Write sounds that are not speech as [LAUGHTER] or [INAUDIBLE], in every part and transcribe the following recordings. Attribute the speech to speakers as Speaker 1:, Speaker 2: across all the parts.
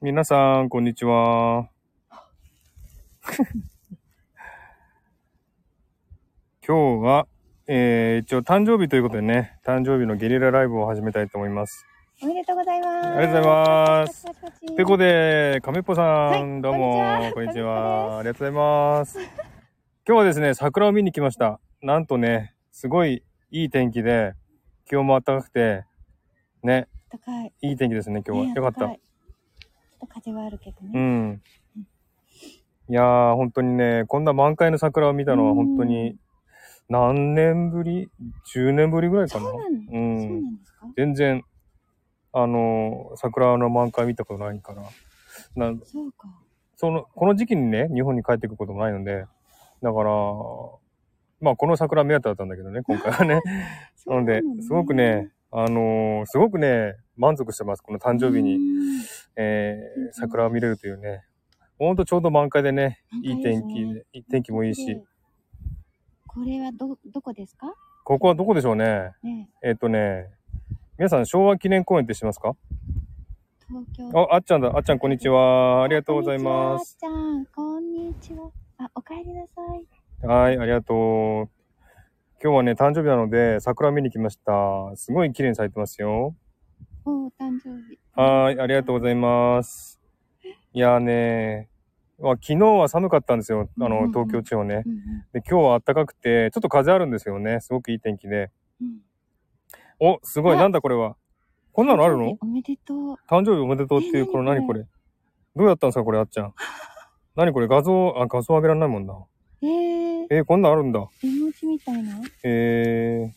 Speaker 1: 皆さん、こんにちは。 [LAUGHS] 今日は、えー、一応誕生日ということでね、誕生日のゲリラライブを始めたいと思います。
Speaker 2: おめでとうございます。
Speaker 1: ありがとうございます
Speaker 2: パチパチパチパチ。
Speaker 1: ということで、亀っぽさん、
Speaker 2: はい
Speaker 1: どうも、こ
Speaker 2: こ
Speaker 1: ん
Speaker 2: ん
Speaker 1: に
Speaker 2: に
Speaker 1: ち
Speaker 2: ち
Speaker 1: は。
Speaker 2: は
Speaker 1: ありがとうございます。今日はですね、桜を見に来ました。なんとね、すごいいい天気で、気温も暖かくて、ね、
Speaker 2: 高い。
Speaker 1: いい天気ですね、今日は。
Speaker 2: ね
Speaker 1: よかった。
Speaker 2: 暖いちょっと風はあるけど
Speaker 1: う
Speaker 2: ね。
Speaker 1: ん。いやー、本当にね、こんな満開の桜を見たのは
Speaker 2: うん
Speaker 1: 本当に何年ぶり ?10 年ぶりぐらい
Speaker 2: そ
Speaker 1: か
Speaker 2: う
Speaker 1: な。
Speaker 2: な
Speaker 1: う。
Speaker 2: の、そうなんんですか
Speaker 1: 全然、あのー桜の満開見たことないから。な
Speaker 2: そうか。
Speaker 1: その、この時期にね、日本に帰ってくることもないので、だから、まあこの桜目当てだったんだけどね、今回は
Speaker 2: [LAUGHS]
Speaker 1: ね。
Speaker 2: そう
Speaker 1: なので、すごくね、、あのーすごくね、満足してます。この誕生日に。
Speaker 2: うん。
Speaker 1: え
Speaker 2: うんう
Speaker 1: ー、
Speaker 2: ん
Speaker 1: 桜を見れるというね。ほんとちょうど満開でね、い
Speaker 2: 満
Speaker 1: い
Speaker 2: 開で
Speaker 1: 天
Speaker 2: すね
Speaker 1: 気で、いい天気もいいし
Speaker 2: で。。これはど、どこですか
Speaker 1: ここはどこでしょうね。
Speaker 2: ね
Speaker 1: えっ、とね、皆さん昭和記念公園って知ってますか
Speaker 2: 東京。
Speaker 1: あ、あっちゃんだ。あっちゃんこんにちは。あ
Speaker 2: あ
Speaker 1: りがとうございます。。
Speaker 2: あっちゃん、こんにちは。あ、お帰りなさい。
Speaker 1: はい、ありがとう。今日はね、誕生日なので、桜見に来ました。すごい綺麗に咲いてますよ。
Speaker 2: お誕生日。
Speaker 1: はい、ありがとうございます。いやーねまあ、昨日は寒かったんですよ。あ
Speaker 2: うんうんう
Speaker 1: の、
Speaker 2: ん
Speaker 1: 東京地方ね。
Speaker 2: うんうん
Speaker 1: で、今日は暖かくて、ちょっと風あるんですよね。すごくいい天気で。
Speaker 2: うん。
Speaker 1: お、すごい。
Speaker 2: あ
Speaker 1: なんだこれは。こんなのあるの
Speaker 2: おめでとう。
Speaker 1: 誕生日おめでとうってい
Speaker 2: え
Speaker 1: う、この
Speaker 2: 何
Speaker 1: 何これ。どうやったんですか、これ、あっちゃん。何これ、画像、あ、画像上げられないもんな。
Speaker 2: えー、
Speaker 1: えー、こんなんあるんだ。
Speaker 2: 絵文字みたいな
Speaker 1: え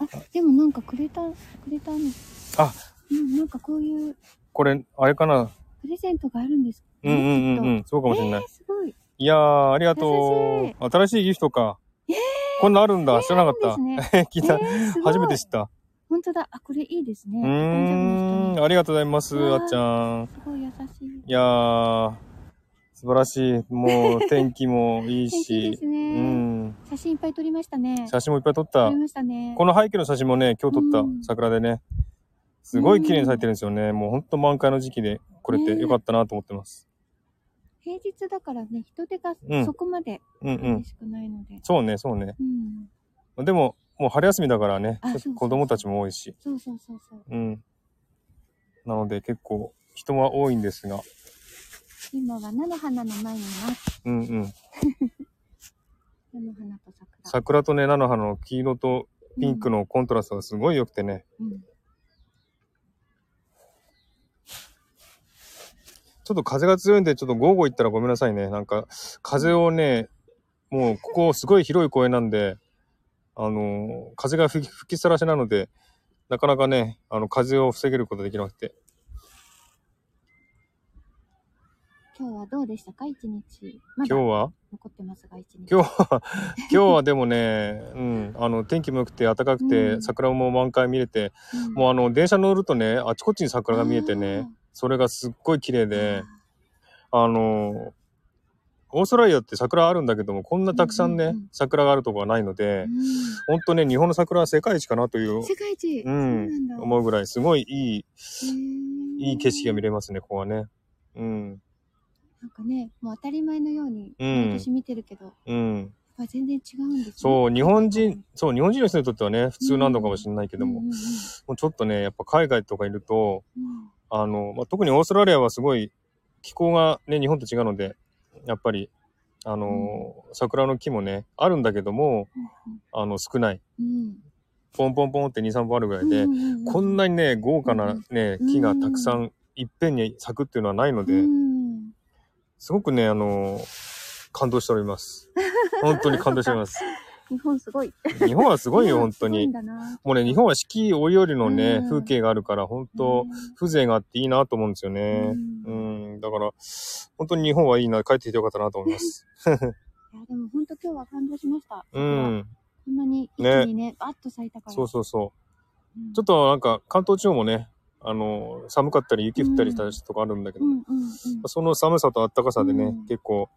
Speaker 2: あ、でもなんかくれた、くれたの。
Speaker 1: あ
Speaker 2: うん、なんかこういう
Speaker 1: ー、これ、あれかな。
Speaker 2: プレゼントがあるんです、
Speaker 1: うんうんうんうん。そうかもしれない
Speaker 2: えー、。すごい。
Speaker 1: いやー、ありがとう。新しいギフトか。こんなんあるんだ。知らなかった。
Speaker 2: そうですね。
Speaker 1: え [LAUGHS] 聞いた
Speaker 2: え。ー、すごい
Speaker 1: 初めて知った。
Speaker 2: 本当だ。あ、これいいですね。
Speaker 1: う
Speaker 2: 誕生日の
Speaker 1: ーん。
Speaker 2: 人に
Speaker 1: ありがとうございます、あ
Speaker 2: わー
Speaker 1: っちゃん。
Speaker 2: すごい優しい。
Speaker 1: いやー、素晴らしい。も
Speaker 2: [LAUGHS]
Speaker 1: う、天気もいい
Speaker 2: 天気いいで
Speaker 1: し
Speaker 2: す。
Speaker 1: う
Speaker 2: ね、
Speaker 1: ん。
Speaker 2: 写真いっぱい撮りましたね。
Speaker 1: 写真もいっぱい撮っ
Speaker 2: 撮
Speaker 1: た
Speaker 2: り。ましたね。
Speaker 1: この背景の写真もね、今日撮っ
Speaker 2: う
Speaker 1: た
Speaker 2: ん
Speaker 1: 桜でね、すごい綺麗に咲いてるんですよね。もうほんと満開の時期で来れて
Speaker 2: ねえ
Speaker 1: よかったなと思ってます。
Speaker 2: 平日だからね、人手が
Speaker 1: うん
Speaker 2: そこまで
Speaker 1: うんうん
Speaker 2: 激。しくないので。
Speaker 1: そうね、そうね。
Speaker 2: うん。
Speaker 1: でも、もう春休みだからね
Speaker 2: あそう、そう
Speaker 1: 子供たちも多いし。
Speaker 2: そうそうそうそう。
Speaker 1: うん。なので結構人は多いんですが、
Speaker 2: 今は菜の花の前にいます。
Speaker 1: うんうん。
Speaker 2: 菜の花と桜。
Speaker 1: 桜とね、菜の花の黄色とピンクのコントラストがすごい良くてね、
Speaker 2: うん。
Speaker 1: ちょっと風が強いんで、ちょっと午後行ったらごめんなさいね。なんか、風をね、もうここすごい広い公園なんで、あのー風が吹き吹きさらしなので、なかなかね、あの、風を防げることできなくて。
Speaker 2: 今日はどうでしたか一日。まだ
Speaker 1: 今日は [LAUGHS]
Speaker 2: 残ってますが、一日。
Speaker 1: 今日は、今日はでもね、うん、あの、天気も良くて暖かく
Speaker 2: う
Speaker 1: て、
Speaker 2: ん
Speaker 1: 桜も満開見れて、
Speaker 2: うん
Speaker 1: もうあの、電車乗るとね、あちこちに桜が見えてね、それがすっごい綺麗
Speaker 2: あー。
Speaker 1: で、あのーオーストラリアって桜あるんだけども、こんなたくさんね、
Speaker 2: うんうんうん
Speaker 1: 桜があるとこはないの
Speaker 2: あ
Speaker 1: で
Speaker 2: ー、う
Speaker 1: 本当ね、日本の桜は世界一かなというん
Speaker 2: 世界一。
Speaker 1: うん
Speaker 2: そうなんだ。
Speaker 1: 思うぐらい、すごいいい、
Speaker 2: へー
Speaker 1: いい景色が見れますね、ここはね。うん。
Speaker 2: なんかね、もう当たり前のように、
Speaker 1: うん
Speaker 2: 毎年見てるけど、やっ
Speaker 1: うん。
Speaker 2: ぱ全然違うんですね。
Speaker 1: そう、日本人、そう、日本人の人にとってはね、普通なのかもしれないけども、
Speaker 2: うんうんうん
Speaker 1: もうちょっとね、やっぱ海外とかいると、
Speaker 2: うん
Speaker 1: あの、まあ、特にオーストラリアはすごい気候がね、日本と違うので、やっぱり、あの、桜の木もね、あるんだけども、あの、少ない。
Speaker 2: うん
Speaker 1: ポンポンポンって2、3本あるぐら
Speaker 2: う
Speaker 1: い
Speaker 2: ん
Speaker 1: で、
Speaker 2: うんうんうん
Speaker 1: こんなにね、豪華なね、
Speaker 2: うん
Speaker 1: 木がたくさんいっぺんに咲くっていうのはないので、
Speaker 2: うん
Speaker 1: すごくね、あの感動しております。本当に感動しております。
Speaker 2: 日本すごい。
Speaker 1: 日本はす
Speaker 2: す
Speaker 1: ごいよ、本当
Speaker 2: ごいん
Speaker 1: に。
Speaker 2: だな
Speaker 1: もうね、日本は四季折々のね、
Speaker 2: うん
Speaker 1: 風景があるから、本当、風情があっていいなと思うんですよ
Speaker 2: うん
Speaker 1: ね。う
Speaker 2: い
Speaker 1: ん、だから、本当に日本はいいな、帰ってきてよかったなと思います。
Speaker 2: や、でも本当今日は感動しました。
Speaker 1: うん、
Speaker 2: こんなに一気
Speaker 1: ね
Speaker 2: にね、バッと咲いたから。
Speaker 1: そうそうそう。
Speaker 2: うん
Speaker 1: ちょっとなんか、関東地方もね、あの、寒かったり雪降ったりしたとかあるんだけど、
Speaker 2: うんうんうん。
Speaker 1: その寒さと暖かさでね、
Speaker 2: うん
Speaker 1: 結構、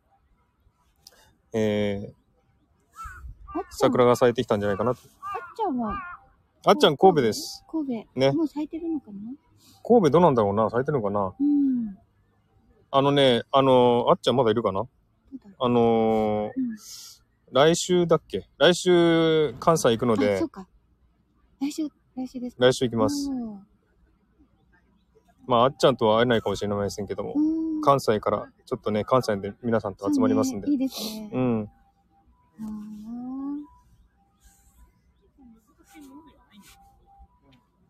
Speaker 1: えー、
Speaker 2: あっちゃん
Speaker 1: 桜が咲いてきたんじゃないかなと。
Speaker 2: あっちゃんは
Speaker 1: あっちゃん神戸です。
Speaker 2: 神戸。
Speaker 1: ね
Speaker 2: もう咲いてるのかな
Speaker 1: 神戸どうなんだろうな咲いてるのかな
Speaker 2: うん。
Speaker 1: あのね、あの、あっちゃんまだいるかな
Speaker 2: どうだろ
Speaker 1: あのー
Speaker 2: う。うん
Speaker 1: 来週だっけ来週、関西行くの
Speaker 2: あ、
Speaker 1: で
Speaker 2: そう、か。来週、来週ですか。
Speaker 1: 来週行き
Speaker 2: 来
Speaker 1: ます。。まあ、あっちゃんとは会えないかもしれませんけども
Speaker 2: う、ん。
Speaker 1: 関西から、ちょっとね、関西で皆さんと集まりますんで
Speaker 2: そうね。いいですね。
Speaker 1: うん。
Speaker 2: うん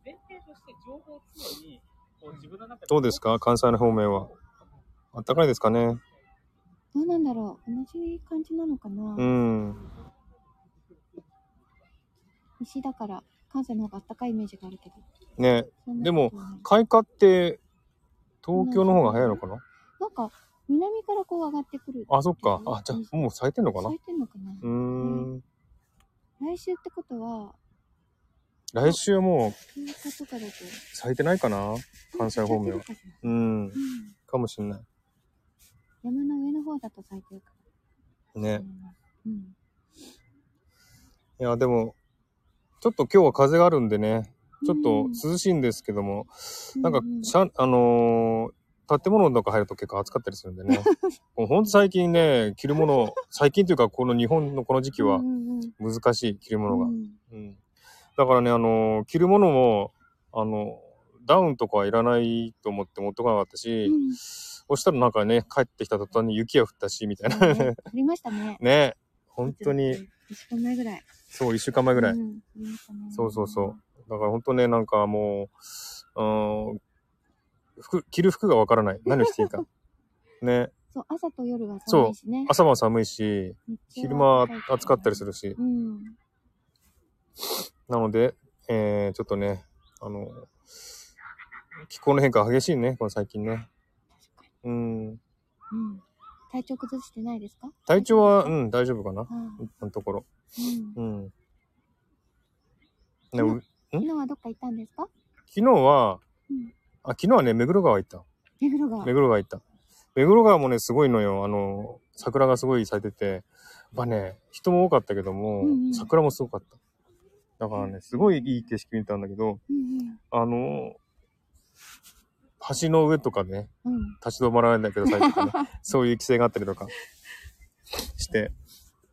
Speaker 3: 前提として情報を常にこう自分の中で
Speaker 1: どうですか関西の方面は。あったかいですかね
Speaker 2: どうなんだろう。同じ感じなのかな。
Speaker 1: うん。
Speaker 2: 西だから、関西の方が暖かいイメージがあるけど。
Speaker 1: ね
Speaker 2: そんな
Speaker 1: でも
Speaker 2: ことない
Speaker 1: 開花って、東京の方が早いのかな
Speaker 2: なんか、南からこう上がってくる。
Speaker 1: あ、そっか。あ、じゃあ、もう咲いてんのかな
Speaker 2: 咲いてんのかな。
Speaker 1: うーん。
Speaker 2: 来週ってことは、
Speaker 1: 来週はもう
Speaker 2: 休日とかだと。
Speaker 1: 咲いてないかな関西方面は
Speaker 2: 咲いてるかしら
Speaker 1: うん
Speaker 2: う。ん。
Speaker 1: かもしんない。
Speaker 2: 山の上の方だと咲いてるかもしれ
Speaker 1: ね。
Speaker 2: ない。うん。
Speaker 1: いや、でも、ちょっと今日は風があるんでね、ちょっと涼しいんですけども、なんか
Speaker 2: うう、
Speaker 1: しゃ、あのー建物の中入ると結構暑かったりするんでね。もうほんと最近ね、着るもの、最近というかこの日本のこの時期は
Speaker 2: うんうんうん
Speaker 1: 難しい、着るものが
Speaker 2: う。ん
Speaker 1: うん。だからね、あのー着るものも、あの、ダウンとかはいらないと思って持ってこなかったし、
Speaker 2: うん
Speaker 1: そしたらなんかね、帰ってきた途端に雪が降ったし、みたいな。。
Speaker 2: そうねありましたね
Speaker 1: [LAUGHS] ね。本当に、
Speaker 2: 一週間前ぐらい。
Speaker 1: そう、一週間前ぐらい。
Speaker 2: うんありましたね
Speaker 1: そうそうそう。だから本当ね、なんかもう、うーん、服、着る服がわからない。何をしていい
Speaker 2: [LAUGHS]
Speaker 1: か。ね。
Speaker 2: そう、朝と夜は寒いしね。
Speaker 1: 朝晩寒いし、昼間は暑かったりす
Speaker 2: る。
Speaker 1: るし。
Speaker 2: うん。
Speaker 1: なので、えー、ちょっとね、あの、気候の変化激しいね、この最近ね。
Speaker 2: 確か
Speaker 1: う
Speaker 2: に。
Speaker 1: ん。
Speaker 2: うん。体調崩してないですか
Speaker 1: 体調は、うん、大丈夫かな。
Speaker 2: ああ
Speaker 1: 今のところ。
Speaker 2: うん
Speaker 1: うん。ね、
Speaker 2: うん
Speaker 1: う
Speaker 2: 昨日はどっか行ったんですか
Speaker 1: 昨日は
Speaker 2: うん、
Speaker 1: あ、昨日はね、目黒川行った。
Speaker 2: 目黒川。
Speaker 1: 目黒川行った。目黒川もね、すごいのよ。あの、桜がすごい咲いてて、やっぱね、人も多かったけども、
Speaker 2: うんうん
Speaker 1: 桜もすごかった。だからね、すごいいい景色見たんだけど、
Speaker 2: うん
Speaker 1: あの、橋の上とかね、
Speaker 2: うん。うん。
Speaker 1: 立ち止まらないんだけど、最近ね、
Speaker 2: [LAUGHS]
Speaker 1: そういう規制があったりとかして、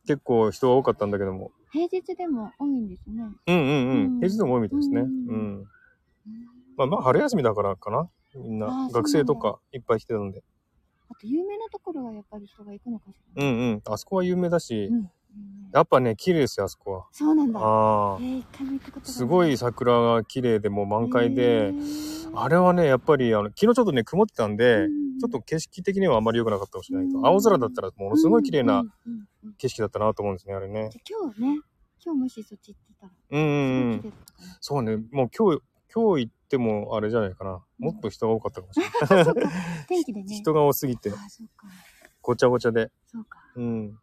Speaker 1: 結構人は多かったんだけども、
Speaker 2: 平日でも多いんですね。
Speaker 1: うんうんう
Speaker 2: う
Speaker 1: ん、
Speaker 2: ん
Speaker 1: 平日でも多いみたいですね。
Speaker 2: う
Speaker 1: うんん。まあまあ、春休みだからかな。みん
Speaker 2: あ
Speaker 1: な、
Speaker 2: ーそうなんだ
Speaker 1: 学生とかいっぱい来てたんで。
Speaker 2: あと、有名なところはやっぱり人が行くのかし
Speaker 1: う
Speaker 2: ら。
Speaker 1: んうん、あそこは有名だし、
Speaker 2: うんうん
Speaker 1: やっぱね、綺麗ですよ、あそこは。
Speaker 2: そうなんだ。
Speaker 1: あ
Speaker 2: え
Speaker 1: あ。
Speaker 2: ー、一回も行ったことがな
Speaker 1: すごい桜が綺麗で、もう満開で、、あ
Speaker 2: れ
Speaker 1: れはね、やっぱり、あの、昨日ちょっとね、曇ってたんで、ちょっ
Speaker 2: と
Speaker 1: と景色的にはあまり良くなかったかもしれないけ
Speaker 2: う
Speaker 1: ど、
Speaker 2: ん
Speaker 1: 青空だったらものすごい綺麗な
Speaker 2: うんうんうんうん
Speaker 1: 景色だったなと思うんですね、あれね。
Speaker 2: じゃあ今日ね、今日もしそっち行ってたら、
Speaker 1: うんうんう
Speaker 2: すごい綺
Speaker 1: ん。
Speaker 2: 麗だったかな
Speaker 1: そうね、もう今日、今日行ってもあれじゃないかな。もっと人が多かったかもしれない。
Speaker 2: そうか、
Speaker 1: [LAUGHS]
Speaker 2: 天気でね。
Speaker 1: 人が多すぎて、
Speaker 2: あそうか、
Speaker 1: ごちゃごちゃで。
Speaker 2: そうか。
Speaker 1: うん。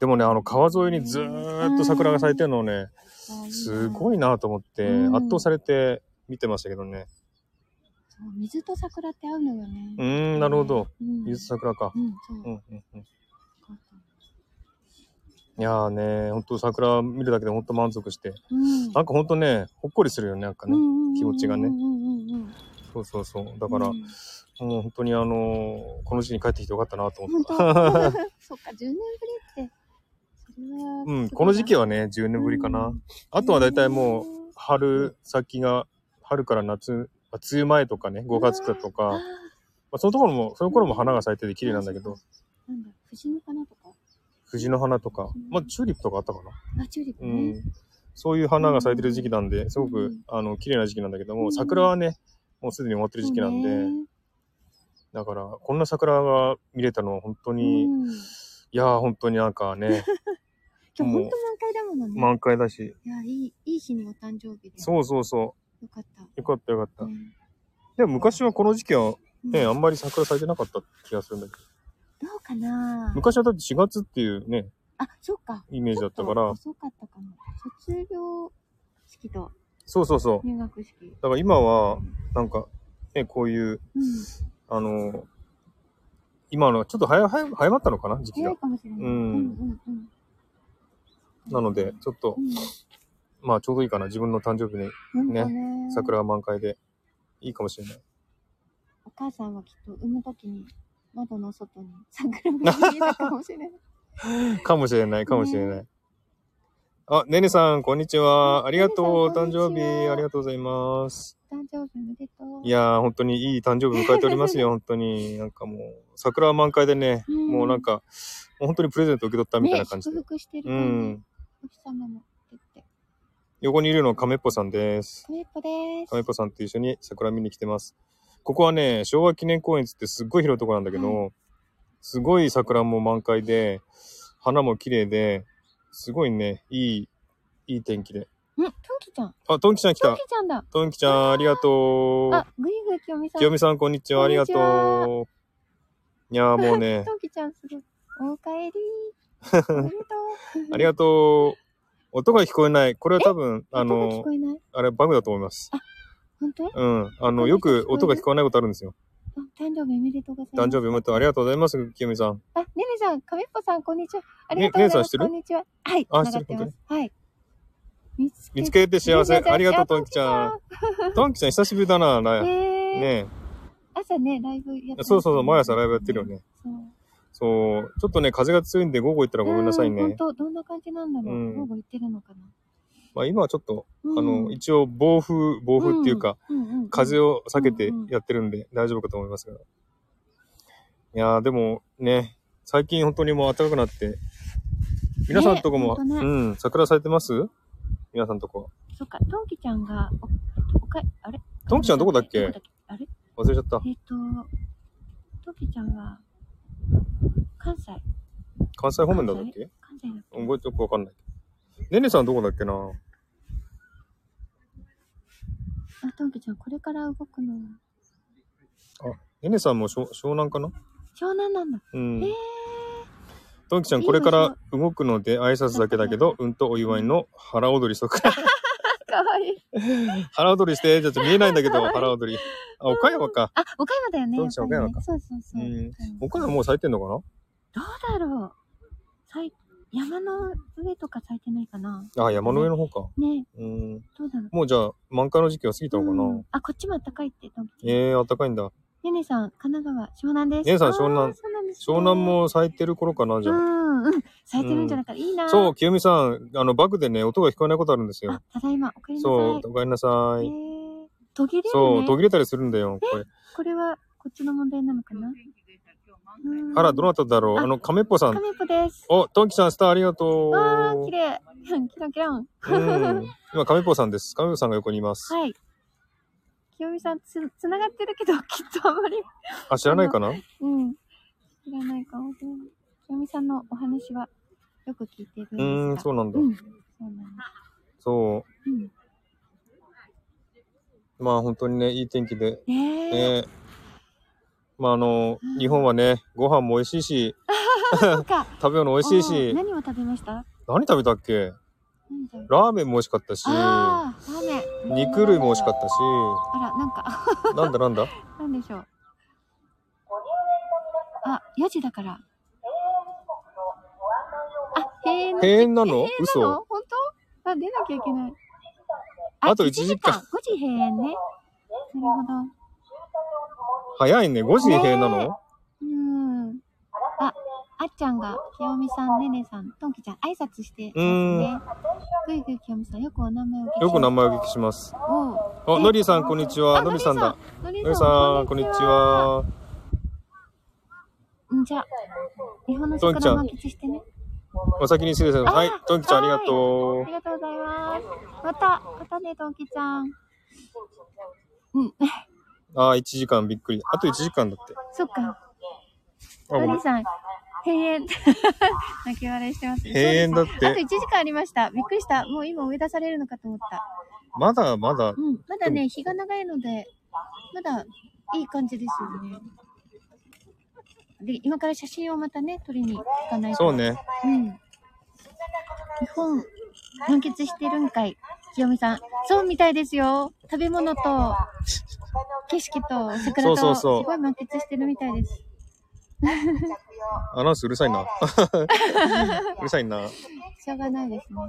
Speaker 1: でもね、あの、川沿いにずーっと桜が咲いてるのをね、
Speaker 2: あ
Speaker 1: すご
Speaker 2: い
Speaker 1: いなと思って、
Speaker 2: うん
Speaker 1: 圧倒されて見てましたけどね。
Speaker 2: な。そう水と桜って合うのよね。
Speaker 1: うーん、なるほど。。
Speaker 2: うん、
Speaker 1: 水桜か。
Speaker 2: うん、そう。
Speaker 1: う
Speaker 2: よ
Speaker 1: んうんうん。
Speaker 2: かった
Speaker 1: いやーね、ほんと桜見るだけでほんと満足して。
Speaker 2: うん
Speaker 1: なんかほんとね、ほっこりするよね、なんかね。
Speaker 2: うん
Speaker 1: 気持ちがね
Speaker 2: うんうんうんうん
Speaker 1: そうそうそう。だから、
Speaker 2: う
Speaker 1: も
Speaker 2: ん
Speaker 1: う本当にあのーこのうちに帰ってきてよかったなと思
Speaker 2: 本
Speaker 1: っ [LAUGHS]
Speaker 2: 当。
Speaker 1: た。
Speaker 2: そっか、10年ぶりって。それは。
Speaker 1: うん、この時期
Speaker 2: は。
Speaker 1: はね、10年ぶりかな。
Speaker 2: うん
Speaker 1: あとは大体もう、
Speaker 2: う。
Speaker 1: 春先が、春から夏、あ梅雨前とかね、5月かとか、
Speaker 2: あ
Speaker 1: まあ、そのところも、その頃も花が咲いてて綺麗なんだけど、。
Speaker 2: なんだ、藤の花とか。
Speaker 1: 藤の花とか
Speaker 2: うん、
Speaker 1: まあ、チューリップとかあったかな。
Speaker 2: あ、チューリップ
Speaker 1: う
Speaker 2: ね。
Speaker 1: ん。そういう花が咲いてる時期なんで、すご
Speaker 2: う
Speaker 1: く
Speaker 2: ん、
Speaker 1: あの、綺麗な時期なんだけど
Speaker 2: う
Speaker 1: も、
Speaker 2: ん
Speaker 1: 桜はね、もうすでに終わってる時期なん
Speaker 2: そう
Speaker 1: で、
Speaker 2: ね
Speaker 1: だから、こんな桜が見れたのは本当に、
Speaker 2: うん
Speaker 1: いやー、本当になんか
Speaker 2: [LAUGHS]
Speaker 1: ね、
Speaker 2: 今日本当満開だものね。
Speaker 1: 満開だし、
Speaker 2: いや、いい、いい日にお誕生日で。
Speaker 1: そうそうそ
Speaker 2: よかった。
Speaker 1: う、よかったよかった。
Speaker 2: ね
Speaker 1: でも昔はこの時期はね、
Speaker 2: うん
Speaker 1: あんまり桜咲いてなかった気がするんだけど、
Speaker 2: どうかな
Speaker 1: 昔はだって4月っていうね、
Speaker 2: あ、そうか。
Speaker 1: イメージだったか
Speaker 2: ち
Speaker 1: ら
Speaker 2: ょと、遅かったかも。卒業式と
Speaker 1: そうそうそう。
Speaker 2: 入学式。
Speaker 1: だから今は、なんか、ね、こういう、
Speaker 2: うん。
Speaker 1: あのー今の、ちょっと早、早、早まったのかな時期
Speaker 2: 早
Speaker 1: が
Speaker 2: い。かもしれない。
Speaker 1: うん
Speaker 2: うんうんうん。
Speaker 1: なので、ちょっと
Speaker 2: う、ん、
Speaker 1: まあちょうどいいかな。自分の誕生日に
Speaker 2: 本当ね。
Speaker 1: 桜が満開で、いいかもしれない。
Speaker 2: お母さんはきっと産むときに窓の外に桜も見えたかもしれない。
Speaker 1: かもしれない、かもしれない。あ、ねねさん、こんにちは。ありがとう。
Speaker 2: ねねさんこん
Speaker 1: 誕
Speaker 2: にちは
Speaker 1: 生日、ありがとうございます。
Speaker 2: 誕生日おめでとう。
Speaker 1: いやー、本当にいい誕生日迎えております
Speaker 2: [LAUGHS]
Speaker 1: よ、本当に。なんかもう、桜は満開でね、
Speaker 2: うん
Speaker 1: もうなんか、もう本当にプレゼント受け取ったみたいな感じ
Speaker 2: ね、
Speaker 1: で。
Speaker 2: 祝福してる
Speaker 1: う
Speaker 2: 感じ。
Speaker 1: ん。
Speaker 2: お日様も出て。
Speaker 1: 横にいるのは亀っぽさんです。
Speaker 2: トメッポです。
Speaker 1: 亀っぽさんと一緒に桜見に来てます。ここはね、昭和記念公園つってすっごい広いとこなんだけど、すごい桜も満開で、花も綺麗で、すごいね、いい、いい天気で。
Speaker 2: うん、トンキちゃん。
Speaker 1: あ、トンキちゃん来
Speaker 2: トン
Speaker 1: た。
Speaker 2: キちゃんだ。
Speaker 1: トンキちゃん、ありがと
Speaker 2: あ
Speaker 1: う。、
Speaker 2: グイグイ清美さん。
Speaker 1: きよみさん、こんにちは。
Speaker 2: こ
Speaker 1: あ
Speaker 2: ん
Speaker 1: り
Speaker 2: に
Speaker 1: が
Speaker 2: ちは
Speaker 1: とう。いやーもう
Speaker 2: [LAUGHS]
Speaker 1: ね、
Speaker 2: トンキちゃんする。おか
Speaker 1: [LAUGHS]
Speaker 2: えり。おめでとう。
Speaker 1: ありがとう。音が聞こえない。これは多分、あ
Speaker 2: 音が聞
Speaker 1: の
Speaker 2: こ、えない。
Speaker 1: あれバグだと思います。
Speaker 2: 本当？あ、
Speaker 1: うん。あの、
Speaker 2: 音
Speaker 1: よ
Speaker 2: が
Speaker 1: く
Speaker 2: 聞こえない
Speaker 1: 音が聞こえないことあるんですよ。
Speaker 2: 誕生日おめでとうございます。
Speaker 1: 誕生日おめでとう。ありがとうございます、きよみさん。
Speaker 2: あ、ねねさん、かめっぽさん、こんにちは。ありがとうございます。
Speaker 1: ねね
Speaker 2: こんにちは。はい、
Speaker 1: あ
Speaker 2: 繋がって
Speaker 1: して
Speaker 2: ま
Speaker 1: る
Speaker 2: す。はい。見つ
Speaker 1: 見つけて幸せ。
Speaker 2: ねね
Speaker 1: ありがとう、トンキちゃん。トンキちゃん、久しぶりだな、
Speaker 2: ん。
Speaker 1: ね
Speaker 2: ねえ。
Speaker 1: ね
Speaker 2: 朝ね、ライブやって
Speaker 1: え。
Speaker 2: ます
Speaker 1: そうそうそう、毎朝ライブやってるよ。ね。
Speaker 2: そう。
Speaker 1: そう。ちょっとね、風が強いんで、午後行ったらごめんなさい
Speaker 2: 本
Speaker 1: ね。
Speaker 2: 当どんな感じなんだろ
Speaker 1: う。
Speaker 2: うん午後行ってるのかな。
Speaker 1: まあ、今はちょっと、あ
Speaker 2: う
Speaker 1: の、
Speaker 2: ん
Speaker 1: 一応、暴風、暴風っていうか、
Speaker 2: うんうんうん
Speaker 1: 風を避けて
Speaker 2: うんうん
Speaker 1: やってるんで大丈夫かと思いますが。いやー、でもね、最近本当にもう暖かくなって、皆さんとこも、
Speaker 2: ね本当
Speaker 1: う
Speaker 2: ね
Speaker 1: ん、桜咲いてます皆さんとこ。
Speaker 2: そっか、トンキちゃんが、おおかあれ
Speaker 1: トンキちゃんどこだっけ
Speaker 2: どあれ
Speaker 1: 忘れちゃった。
Speaker 2: えっ、と、トンキちゃんは、関西。
Speaker 1: 関西方面だったっけ
Speaker 2: 関西だっけ
Speaker 1: 覚えてよくわかんない。ねねさんどこだっけな
Speaker 2: あ、トンキちゃん、これから動くの。
Speaker 1: ねねさんも湘湘南かな
Speaker 2: 湘南なんだ。
Speaker 1: うん
Speaker 2: へー。
Speaker 1: トンキちゃん、これから動くので挨拶だけだけど、うんとお祝いの腹踊りそっか。
Speaker 2: [LAUGHS]
Speaker 1: [LAUGHS]
Speaker 2: かわいい。
Speaker 1: 腹踊りして、ちょっと見えないんだけど、腹踊り。あ、岡山か。
Speaker 2: あ、岡山だよね。
Speaker 1: トンキちゃん
Speaker 2: やっぱり
Speaker 1: 岡山か
Speaker 2: ねそうそうそう。
Speaker 1: うん
Speaker 2: 岡
Speaker 1: 岡山もう咲いてんのかな
Speaker 2: 山どうだろうさい山の上とか咲いてないかな
Speaker 1: あ、山の上の方か。
Speaker 2: ね
Speaker 1: うん。
Speaker 2: どうだろう
Speaker 1: もうじゃあ、満開の時期は過ぎたのかな、
Speaker 2: うんあ、こっちも暖かいって、トンキちゃん
Speaker 1: ええー、暖かいんだ。
Speaker 2: ねねさん、神奈川、湘南です。
Speaker 1: ねねさん
Speaker 2: あー
Speaker 1: 湘南
Speaker 2: そうなんですね
Speaker 1: 湘南。も咲いてる頃かな、じ
Speaker 2: う
Speaker 1: ゃあ。
Speaker 2: ん、うん。咲いてるんじゃないか。いいな。
Speaker 1: そう、。清美さん、あの、バグでね、音が聞こえないことあるんですよ
Speaker 2: あ。、ただいま、おかえりなさい。
Speaker 1: そう、おかえりなさい。
Speaker 2: えー、途切れるね。
Speaker 1: そう、途切れたりするんだよ、これ。
Speaker 2: これは、こっちの問題なのかなうん
Speaker 1: あら、どなただろう
Speaker 2: あ
Speaker 1: あの、亀っぽさ
Speaker 2: カ
Speaker 1: ん。
Speaker 2: メポです。
Speaker 1: お、トンキさん、スターありがとう。
Speaker 2: わー、綺麗。キランキラン。
Speaker 1: うん。今、亀っぽさんです。亀っぽさんが横にいます。
Speaker 2: はい。きよみさん、つ、つながってるけど、 [LAUGHS] きっとあまり、
Speaker 1: あ、知らないかな
Speaker 2: うん。知らないかもしれない。きよみさんのお話は、よく聞いているんで
Speaker 1: う
Speaker 2: すが。
Speaker 1: ん、そうなんだ。
Speaker 2: うん。そうなんです。
Speaker 1: そ
Speaker 2: うん。
Speaker 1: う。まあ、本当にね、いい天気で。
Speaker 2: ねえ。
Speaker 1: ねまあ、あの
Speaker 2: う、ん
Speaker 1: 日本はね、ご飯も美味しいし、
Speaker 2: そう
Speaker 1: [LAUGHS]
Speaker 2: か。
Speaker 1: 食べ物美味しい
Speaker 2: うん
Speaker 1: し、
Speaker 2: 何を食べました
Speaker 1: 何食べたっけ
Speaker 2: 何だろう
Speaker 1: ラーメンも美味しかったし、
Speaker 2: ああ、ラーメン。
Speaker 1: 肉類も美味しかっ
Speaker 2: あら、なんか、
Speaker 1: たし、なんだなんだ
Speaker 2: なんでしょう。あ、4時だから。
Speaker 1: 閉園なの
Speaker 2: あ、閉園の閉園な
Speaker 1: 嘘
Speaker 2: の本当あ、出なきゃいけない。
Speaker 1: あと1時間
Speaker 2: 5時閉園ね。なるほど。
Speaker 1: 早いね、5時閉園なの、
Speaker 2: ねうん。あ、あっちゃんが、きよみさん、ねねさん、とんきちゃん、挨拶してますね。ぐいぐいきよみさん、よくお名前を聞き
Speaker 1: よく名前をお聞きします。
Speaker 2: おう
Speaker 1: あ、のりさんこんにちは。のりさんだ。。
Speaker 2: のり
Speaker 1: のりさん、こんにち。は。
Speaker 2: んじゃあ、日本の
Speaker 1: とんちゃ
Speaker 2: 桜
Speaker 1: ん
Speaker 2: 満喫してね。
Speaker 1: お先に失礼します。はい
Speaker 2: あ、
Speaker 1: とんきちゃんあり
Speaker 2: はい
Speaker 1: がと
Speaker 2: ありがとうございます。また、またね、とんきちゃん。うん、 [LAUGHS]
Speaker 1: う。あー、1時間びっくり。あと1時間だって。
Speaker 2: そっか。
Speaker 1: あ、ごめ
Speaker 2: の
Speaker 1: ん
Speaker 2: り。さん、閉園。 [LAUGHS] 泣き笑いしてます。
Speaker 1: 閉園だっ
Speaker 2: あと
Speaker 1: て。
Speaker 2: 1時間ありました。びっくりした。もう今追い出されるのかと思った。
Speaker 1: まだまだ。
Speaker 2: うん。まだね、日が長いので、まだいい感じですよね。で、今から写真をまたね、撮りに行かないと。
Speaker 1: そう。ね。
Speaker 2: うん。日本、満喫してるんかい。清美さん。そうみたいですよ。食べ物と、景色と、桜
Speaker 1: そう
Speaker 2: と、
Speaker 1: そうそう
Speaker 2: すごい満喫してるみたいです。
Speaker 1: アナウンスうるさいな。 [LAUGHS] うるさいな。
Speaker 2: しょうがないですね。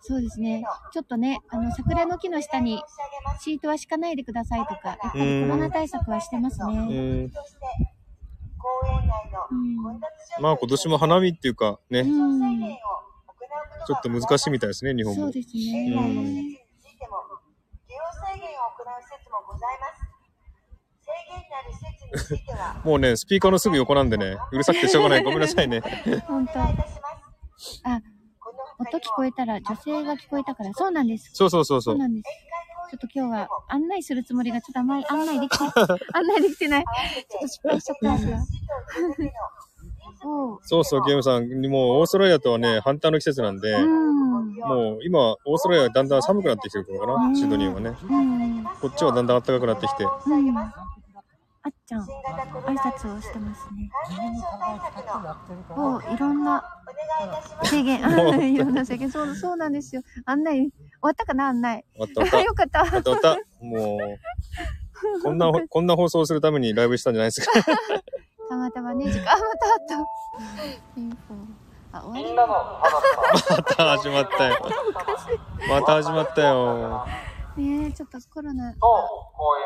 Speaker 2: そうですね。ちょっとね、あの、桜の木の下にシートは敷かないでくださいとか、やっぱりコロナ対策はしてます
Speaker 1: う
Speaker 2: ね。
Speaker 1: ん。まあ今年も花見っていうかね、
Speaker 2: うん。うん。
Speaker 1: ちょっと難しいみたいですね、日本
Speaker 2: そ
Speaker 1: も
Speaker 2: う。です
Speaker 1: う
Speaker 2: ね。
Speaker 1: ん。もうね、スピーカーのすぐ横なんでね、うるさくてしょうがない。ごめんなさいね。
Speaker 2: 本当。あ、音聞こえたら、女性が聞こえたから、そうなんです。
Speaker 1: そうそうそうそ
Speaker 2: そう
Speaker 1: う。
Speaker 2: なんです。ちょっと今日は案内するつもりがちょっとあ
Speaker 1: [LAUGHS]
Speaker 2: んまり案内できて、案内できてない。ちょっと失敗しちゃったんですが。おう。
Speaker 1: そうそう、ゲームさん。もうオーストラリアとはね、反対の季節なんで、
Speaker 2: うん。
Speaker 1: もう今、オーストラリアはだんだん寒くなってきてるのか
Speaker 2: う
Speaker 1: な、
Speaker 2: ん
Speaker 1: シドニーはね。
Speaker 2: うん。
Speaker 1: こっちはだんだん暖かくなってきて。
Speaker 2: うん。あっちゃん、挨拶をしてますね。おう、いろんな制限、あ
Speaker 1: [LAUGHS]
Speaker 2: [LAUGHS] いろんな制限、そう、そうなんですよ。案内、終わったかな、案内。
Speaker 1: またまた
Speaker 2: [LAUGHS] あ、。よかった。
Speaker 1: またまた。もう、こん [LAUGHS] な、こんな放送をするためにライブしたんじゃないですか。 [LAUGHS]
Speaker 2: たまたまね、時間、あまたあった。ピンポン。あ、終わり。
Speaker 1: また始まったよ。また始まったよ。
Speaker 2: ねえ、ちょっとコロナ。
Speaker 4: 当公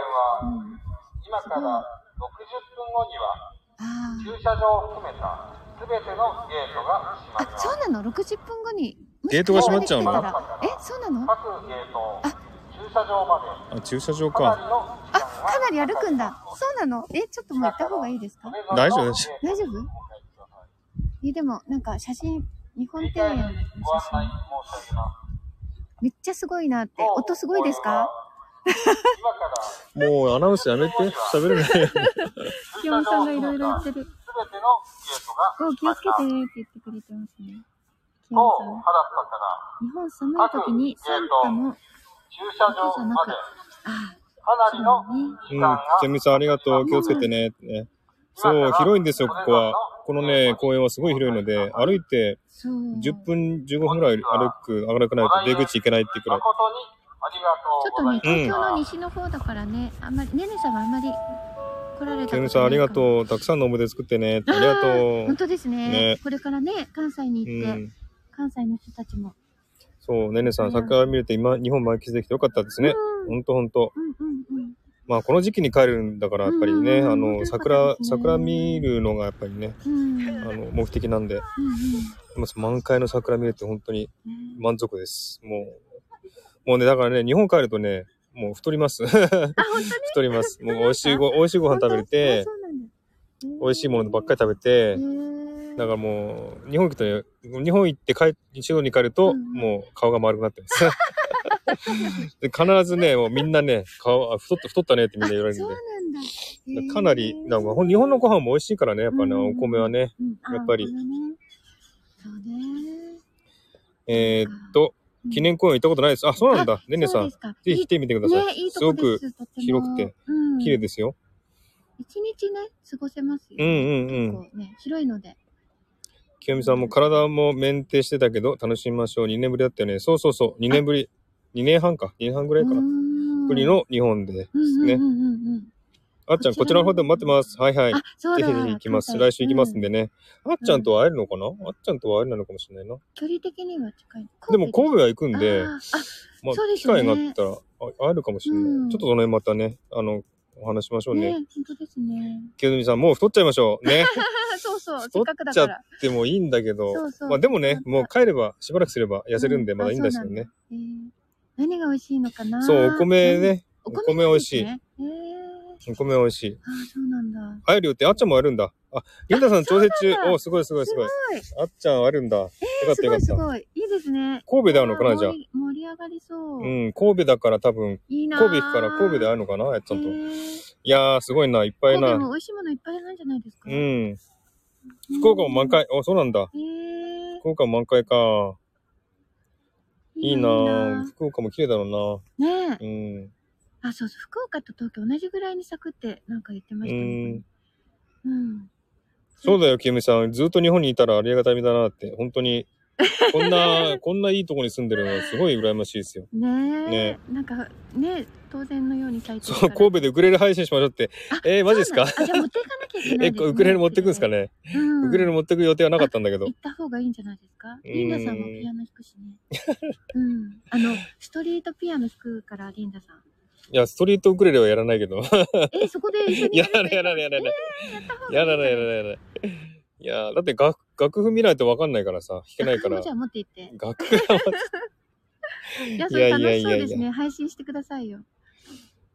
Speaker 2: う
Speaker 4: 園は
Speaker 2: ん。
Speaker 4: 今から60分後には
Speaker 2: あ
Speaker 4: 駐車場を含めた全てのゲートが
Speaker 2: あ。
Speaker 4: 閉まり
Speaker 2: あ、
Speaker 4: ます
Speaker 2: そうなの ?60 分後に。
Speaker 1: ゲートが閉まっちゃうの
Speaker 2: もしかしたらできてたらえ、そうなのあ、
Speaker 4: 各ゲート駐車場まで
Speaker 1: あ、駐車場
Speaker 4: かな
Speaker 1: か。
Speaker 4: りの時間が
Speaker 2: かなり歩くんだ。そうなのえ、ちょっともう行った方がいいですか
Speaker 1: 大丈夫です
Speaker 2: 大丈夫え、でも、なんか写真、日本
Speaker 4: 本
Speaker 2: 庭園の写
Speaker 4: ご案内
Speaker 2: 真。
Speaker 4: 申し上げます
Speaker 2: めっちゃすごいなって。音すごいですか
Speaker 4: 今から
Speaker 1: もうアナウンスやめて。喋れないよ。 [LAUGHS]
Speaker 2: きよみさんがいろいろ言ってる。
Speaker 4: 全てのゲートが
Speaker 2: おう、気
Speaker 4: 閉
Speaker 2: を
Speaker 4: まり
Speaker 2: つけ
Speaker 4: ま
Speaker 2: て
Speaker 4: す
Speaker 2: ねって言ってくれてますね。きよみさ
Speaker 4: 当
Speaker 2: ん
Speaker 4: 原
Speaker 2: は。
Speaker 4: 田から
Speaker 2: 日本寒い時にサンタの、
Speaker 4: 駐車場まで
Speaker 2: あ
Speaker 4: かなりの
Speaker 1: う
Speaker 4: 時
Speaker 1: ん
Speaker 4: 間が、
Speaker 1: ケミさんありがとう。気をつけてねってね。そう、広いんですよ、ここは。このね、公園はすごい広いので、歩いて
Speaker 2: そう。
Speaker 1: 10分、15分ぐらい歩く、歩かないと出口行けないっていうくらい。
Speaker 4: 誠にありが
Speaker 2: ちょっ
Speaker 4: とうご
Speaker 2: と
Speaker 4: ざい
Speaker 2: ね、東
Speaker 4: ます。
Speaker 2: 京の西の方だからね、あんまり、ねねさんはあんまり来られたこと
Speaker 1: ケミさんありが
Speaker 2: う。
Speaker 1: とう。たくさんの思い出作ってねって。ありがと
Speaker 2: 本当ですね
Speaker 1: ね
Speaker 2: これからね、関西に
Speaker 1: う。
Speaker 2: 行
Speaker 1: う
Speaker 2: って、
Speaker 1: ん。
Speaker 2: 関西の人たちも。
Speaker 1: そう、ねねさん、桜見れて今、日本満喫できてよかったですね。
Speaker 2: う
Speaker 1: ほんとほんと。
Speaker 2: ん、うん、うんうん。
Speaker 1: まあ、この時期に帰るんだから、やっぱりね、
Speaker 2: うん
Speaker 1: あ
Speaker 2: 本当
Speaker 1: の、
Speaker 2: にそうで
Speaker 1: 桜、
Speaker 2: すね
Speaker 1: 桜見るのがやっぱりね、
Speaker 2: うん、うん、う
Speaker 1: あ
Speaker 2: ん。
Speaker 1: の、目的なんで、まあ満開の桜見れて本当に満足です。もう、もうね、だからね、日本帰るとね、もう太ります。 [LAUGHS] 太
Speaker 2: あ、本当に
Speaker 1: ります。もう美味しい
Speaker 2: [LAUGHS]
Speaker 1: ご、美味しいご飯食べれて、
Speaker 2: 本当あそうなんだ
Speaker 1: 美味しいものばっかり食べて、
Speaker 2: へー
Speaker 1: だからもう、日本行くとね、日本行って帰、一度に帰ると、
Speaker 2: うん
Speaker 1: もう顔が丸くなってます。 [LAUGHS] で必ずね、もうみんなね、顔、あ太った、太ったねってみんな言われる
Speaker 2: そ
Speaker 1: ん
Speaker 2: う
Speaker 1: で。
Speaker 2: なんだ。へー
Speaker 1: かなり、なんかほん日本のご飯も美味しいからね、やっぱね、
Speaker 2: うん
Speaker 1: お米はね。
Speaker 2: うんあ
Speaker 1: やっぱり
Speaker 2: ごめんねそうね。
Speaker 1: えーっと、記念公園行ったことないです。あ、そうなんだ。ねねさ、
Speaker 2: そうんで
Speaker 1: ぜ
Speaker 2: すか
Speaker 1: ひ来てみてください。
Speaker 2: ね、いい
Speaker 1: す
Speaker 2: とこ
Speaker 1: ご
Speaker 2: で
Speaker 1: く
Speaker 2: す。とても
Speaker 1: 広くて、
Speaker 2: うん、
Speaker 1: 綺麗ですよ。
Speaker 2: 一日ね、過ごせますよ、
Speaker 1: うんうんうん
Speaker 2: 結構ね、広いので。
Speaker 1: 清美さんも体も免停してたけど、楽しみましょう。2年ぶりだったよね。そうそうそう、2年ぶり。2年半か。2年半ぐらいかな。
Speaker 2: 国
Speaker 1: 国の日本でですね
Speaker 2: うん。うんうんうんうん、
Speaker 1: あっちゃん、こちらの方でも待ってます。はいはい。
Speaker 2: あ、そう
Speaker 1: ぜ
Speaker 2: だ
Speaker 1: ひぜひ行きます。来週行きますん
Speaker 2: ね。
Speaker 1: でね。あっちゃんとは会えるのかなあっちゃんとは会えるのかもしれないな。
Speaker 2: 距離的には近い。
Speaker 1: でも神戸は行くんで
Speaker 2: あ、
Speaker 1: まあ
Speaker 2: そう、です
Speaker 1: 機
Speaker 2: よね
Speaker 1: 会があったらあ会えるかもしれ
Speaker 2: う
Speaker 1: なんい。ちょっとその辺またね、あの、お話ししましょ
Speaker 2: ー
Speaker 1: う
Speaker 2: ね
Speaker 1: ね。
Speaker 2: 本当ですね。
Speaker 1: 清澄さん、もう太っちゃいましょう。ね。
Speaker 2: あ [LAUGHS] そうそう、せ
Speaker 1: 太
Speaker 2: っ
Speaker 1: っ
Speaker 2: かくだ
Speaker 1: ちゃ
Speaker 2: か
Speaker 1: っ
Speaker 2: ら。
Speaker 1: てもいいんだけど
Speaker 2: [LAUGHS] そうそう、
Speaker 1: まあでもね、もう帰れば、しばらくすれば痩せるんで、
Speaker 2: う
Speaker 1: まだいいんですよ。
Speaker 2: あ
Speaker 1: ね。
Speaker 2: そうなんだえー何が美味しいのかな
Speaker 1: そう、お米。ね、
Speaker 2: うん
Speaker 1: お米美味しい
Speaker 2: なんですねえー、
Speaker 1: お米美味しい。
Speaker 2: あー、そうなんだ。
Speaker 1: 会えるよって、あっちゃんも会えるんだ。あ、リンダさん調整中
Speaker 2: なん。だ
Speaker 1: お、すごいすごいすごい
Speaker 2: す。ご
Speaker 1: あ
Speaker 2: い。
Speaker 1: っちゃん会えるんだ。よかっ
Speaker 2: す
Speaker 1: たよ
Speaker 2: ご
Speaker 1: かっ
Speaker 2: いす
Speaker 1: た。
Speaker 2: ごい。いいですね。
Speaker 1: 神戸で会うのかな、じゃあ
Speaker 2: 盛。り盛り上がりそう。
Speaker 1: うん、神戸だから多分、
Speaker 2: いいなー。
Speaker 1: 神戸行くから神戸で会うのかな、やっちゃんと。
Speaker 2: へ
Speaker 1: い
Speaker 2: ー
Speaker 1: やー、すごいな、いっぱい
Speaker 2: 神戸
Speaker 1: な。
Speaker 2: も美味しいものいっぱいなんじゃないですか。
Speaker 1: うん。福岡も満開。お、そうなんだ。
Speaker 2: へー。
Speaker 1: 福岡も満開か。いいなー
Speaker 2: ぁ。
Speaker 1: 福岡も綺麗だろう
Speaker 2: ねえ。
Speaker 1: な。うん。
Speaker 2: あ、そうそう。福岡と東京同じぐらいに咲くってなんか言ってましたね。うん。
Speaker 1: そうだよ、清美さん。ずっと日本にいたらありがたみだなって。本当に。こん
Speaker 2: [LAUGHS]
Speaker 1: な、こんないいとこに住んでるの、すごい羨ましいですよ。
Speaker 2: ね
Speaker 1: ね
Speaker 2: え。なんか、ねえ、当然のように咲いてるか
Speaker 1: そ
Speaker 2: ら。
Speaker 1: う、神戸でウクレレ配信しましょうって。えー、マジですか
Speaker 2: そうなんだあ、じゃあ持っていかなきゃいけ
Speaker 1: [LAUGHS]
Speaker 2: な
Speaker 1: え、
Speaker 2: いですね。
Speaker 1: ウクレレ持ってくんですかね、
Speaker 2: うん。
Speaker 1: ウクレレ持ってく予定はなかったんだけど
Speaker 2: 行。った方がいいんじゃないですか
Speaker 1: うん
Speaker 2: リンダさんもピアノ弾くしね。うん。あの、ストリートピアノ弾くから、リンダさん。
Speaker 1: いや、ストリートウクレレ
Speaker 2: [LAUGHS]
Speaker 1: はやらないけど。
Speaker 2: え、そこで一緒に
Speaker 1: やら
Speaker 2: や
Speaker 1: ない、やらない、やらない。
Speaker 2: った方がいいんじゃ
Speaker 1: やら
Speaker 2: ない
Speaker 1: ない、やらない、やらない。いやーだって楽楽譜見ないと分かんないからさ、弾けないから
Speaker 2: じゃ。あ持って行って。
Speaker 1: 楽譜が
Speaker 2: いや、そ
Speaker 1: い
Speaker 2: れ
Speaker 1: や
Speaker 2: 楽
Speaker 1: いや
Speaker 2: し
Speaker 1: い
Speaker 2: そ
Speaker 1: や
Speaker 2: う
Speaker 1: いや
Speaker 2: ですね。配信してくださいよ。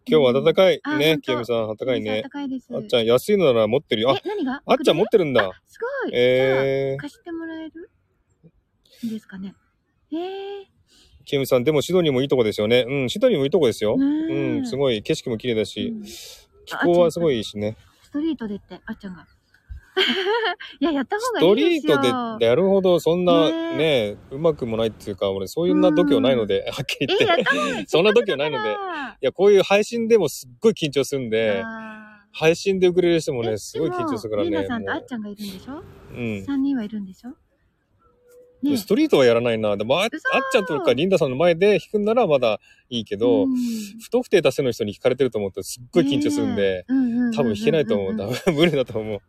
Speaker 1: 今日は暖かい
Speaker 2: あほ
Speaker 1: ね
Speaker 2: ん、と
Speaker 1: きよみさん、暖かいね
Speaker 2: 高いです。
Speaker 1: あっちゃん、安いのなら持ってるよ。あ
Speaker 2: え、、何が
Speaker 1: あっちゃん持ってるんだ。
Speaker 2: すごい。じ
Speaker 1: え
Speaker 2: ゃあ貸してもらえるいいですかね。ええ
Speaker 1: ー、きよみさん、でもシドニーもいいとこですよね。うん、シドニーもいいとこですよ。
Speaker 2: ねえ
Speaker 1: うん、すごい、景色も綺麗だし、
Speaker 2: うん
Speaker 1: 気候はすごいいいしね。
Speaker 2: ストリートでって、あっちゃんが。 [LAUGHS] いや、やった方
Speaker 1: ス
Speaker 2: がい
Speaker 1: ト
Speaker 2: い
Speaker 1: リ
Speaker 2: で
Speaker 1: ー
Speaker 2: すよ。
Speaker 1: トでやるほど、そんな、
Speaker 2: ねえ
Speaker 1: ね、うまくもないっていうか、俺、そういうな度胸ないので、はっきり言っ
Speaker 2: え、や
Speaker 1: て。
Speaker 2: っ
Speaker 1: い
Speaker 2: た方がいい。
Speaker 1: そんな度胸ないので [LAUGHS] や、こういう配信でもすっごい緊張するんで、
Speaker 2: あー
Speaker 1: 配信でウクレレしても
Speaker 2: え
Speaker 1: ね、すごい緊張するからね。
Speaker 2: でもリーナさんとあ
Speaker 1: も
Speaker 2: っちゃんがいるんでしょ
Speaker 1: ううん。
Speaker 2: 三人はいるんでしょねえ
Speaker 1: ストリートはやらないな。でもあ、あっ
Speaker 2: 嘘
Speaker 1: ちゃんとかリンダさんの前で弾くんならまだいいけど、
Speaker 2: うん
Speaker 1: 不特定多数の人に聞かれてると思うとすっごい緊張するんで、
Speaker 2: ねえうんうんうんうんうん
Speaker 1: 多分弾けないと思う。多分無理だと思う。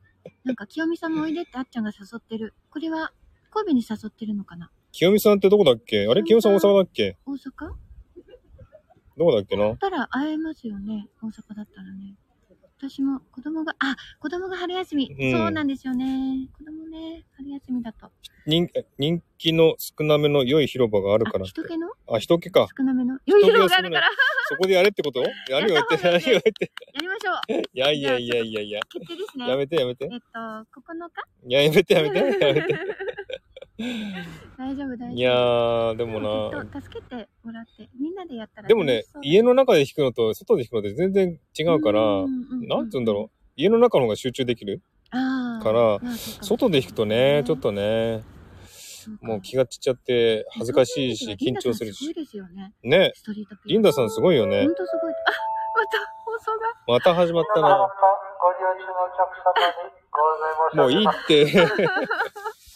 Speaker 2: なんか、清美さんもおいでってあっちゃんが誘ってる。これは、神戸に誘ってるのかな
Speaker 1: 清美さんってどこだっけあれ清
Speaker 2: 清
Speaker 1: 美さ
Speaker 2: 美さ
Speaker 1: ん
Speaker 2: ん
Speaker 1: 大阪だっけ
Speaker 2: 大阪
Speaker 1: どこだっけな
Speaker 2: たら会えますよね大阪だったらね私も子供があ子供が春休み、
Speaker 1: うん
Speaker 2: そうなんですよね子供ね春休みだと
Speaker 1: 人人気の少なめの良い広場があるから
Speaker 2: あ
Speaker 1: って
Speaker 2: 人。気の
Speaker 1: あ、人気か。
Speaker 2: 少なめの
Speaker 1: 人
Speaker 2: 余
Speaker 1: 気
Speaker 2: 裕
Speaker 1: が
Speaker 2: があるから
Speaker 1: そこでやれってこと何を言って、何を
Speaker 2: [LAUGHS] やった方がいい
Speaker 1: 言
Speaker 2: ね
Speaker 1: って。
Speaker 2: やりましょう
Speaker 1: いやいやいやいやいや。
Speaker 2: 決定ですね
Speaker 1: やめてやめて。
Speaker 2: えっと9
Speaker 1: いや、やめてやめて。やめて。
Speaker 2: 日 [LAUGHS] 大丈夫大丈夫
Speaker 1: いやー、で
Speaker 2: で
Speaker 1: も
Speaker 2: き
Speaker 1: な
Speaker 2: っ。と助けてもらってみんなでやったら
Speaker 1: でもね
Speaker 2: 楽しそ、う
Speaker 1: 家の中で弾くのと外で弾くのって全然違うから、
Speaker 2: んうんう
Speaker 1: なんつうんだろう。家の中の方が集中できる
Speaker 2: あー
Speaker 1: から
Speaker 2: まあそうかも
Speaker 1: 外で弾くとね、ちょっとね、
Speaker 2: そうか
Speaker 1: もう気が散っちゃって恥ずかしいし緊張するし。
Speaker 2: リンダさんすごいですよね
Speaker 1: ね、
Speaker 2: ストリートピ
Speaker 1: リンダさんすごいよ
Speaker 2: ほ
Speaker 1: ね
Speaker 2: ん。とすごい。あ、また放送が。
Speaker 1: また始まった
Speaker 4: 皆
Speaker 1: な。
Speaker 4: 様とご利用中のお客様にご案内申し上げます。
Speaker 1: もういいって。 [LAUGHS]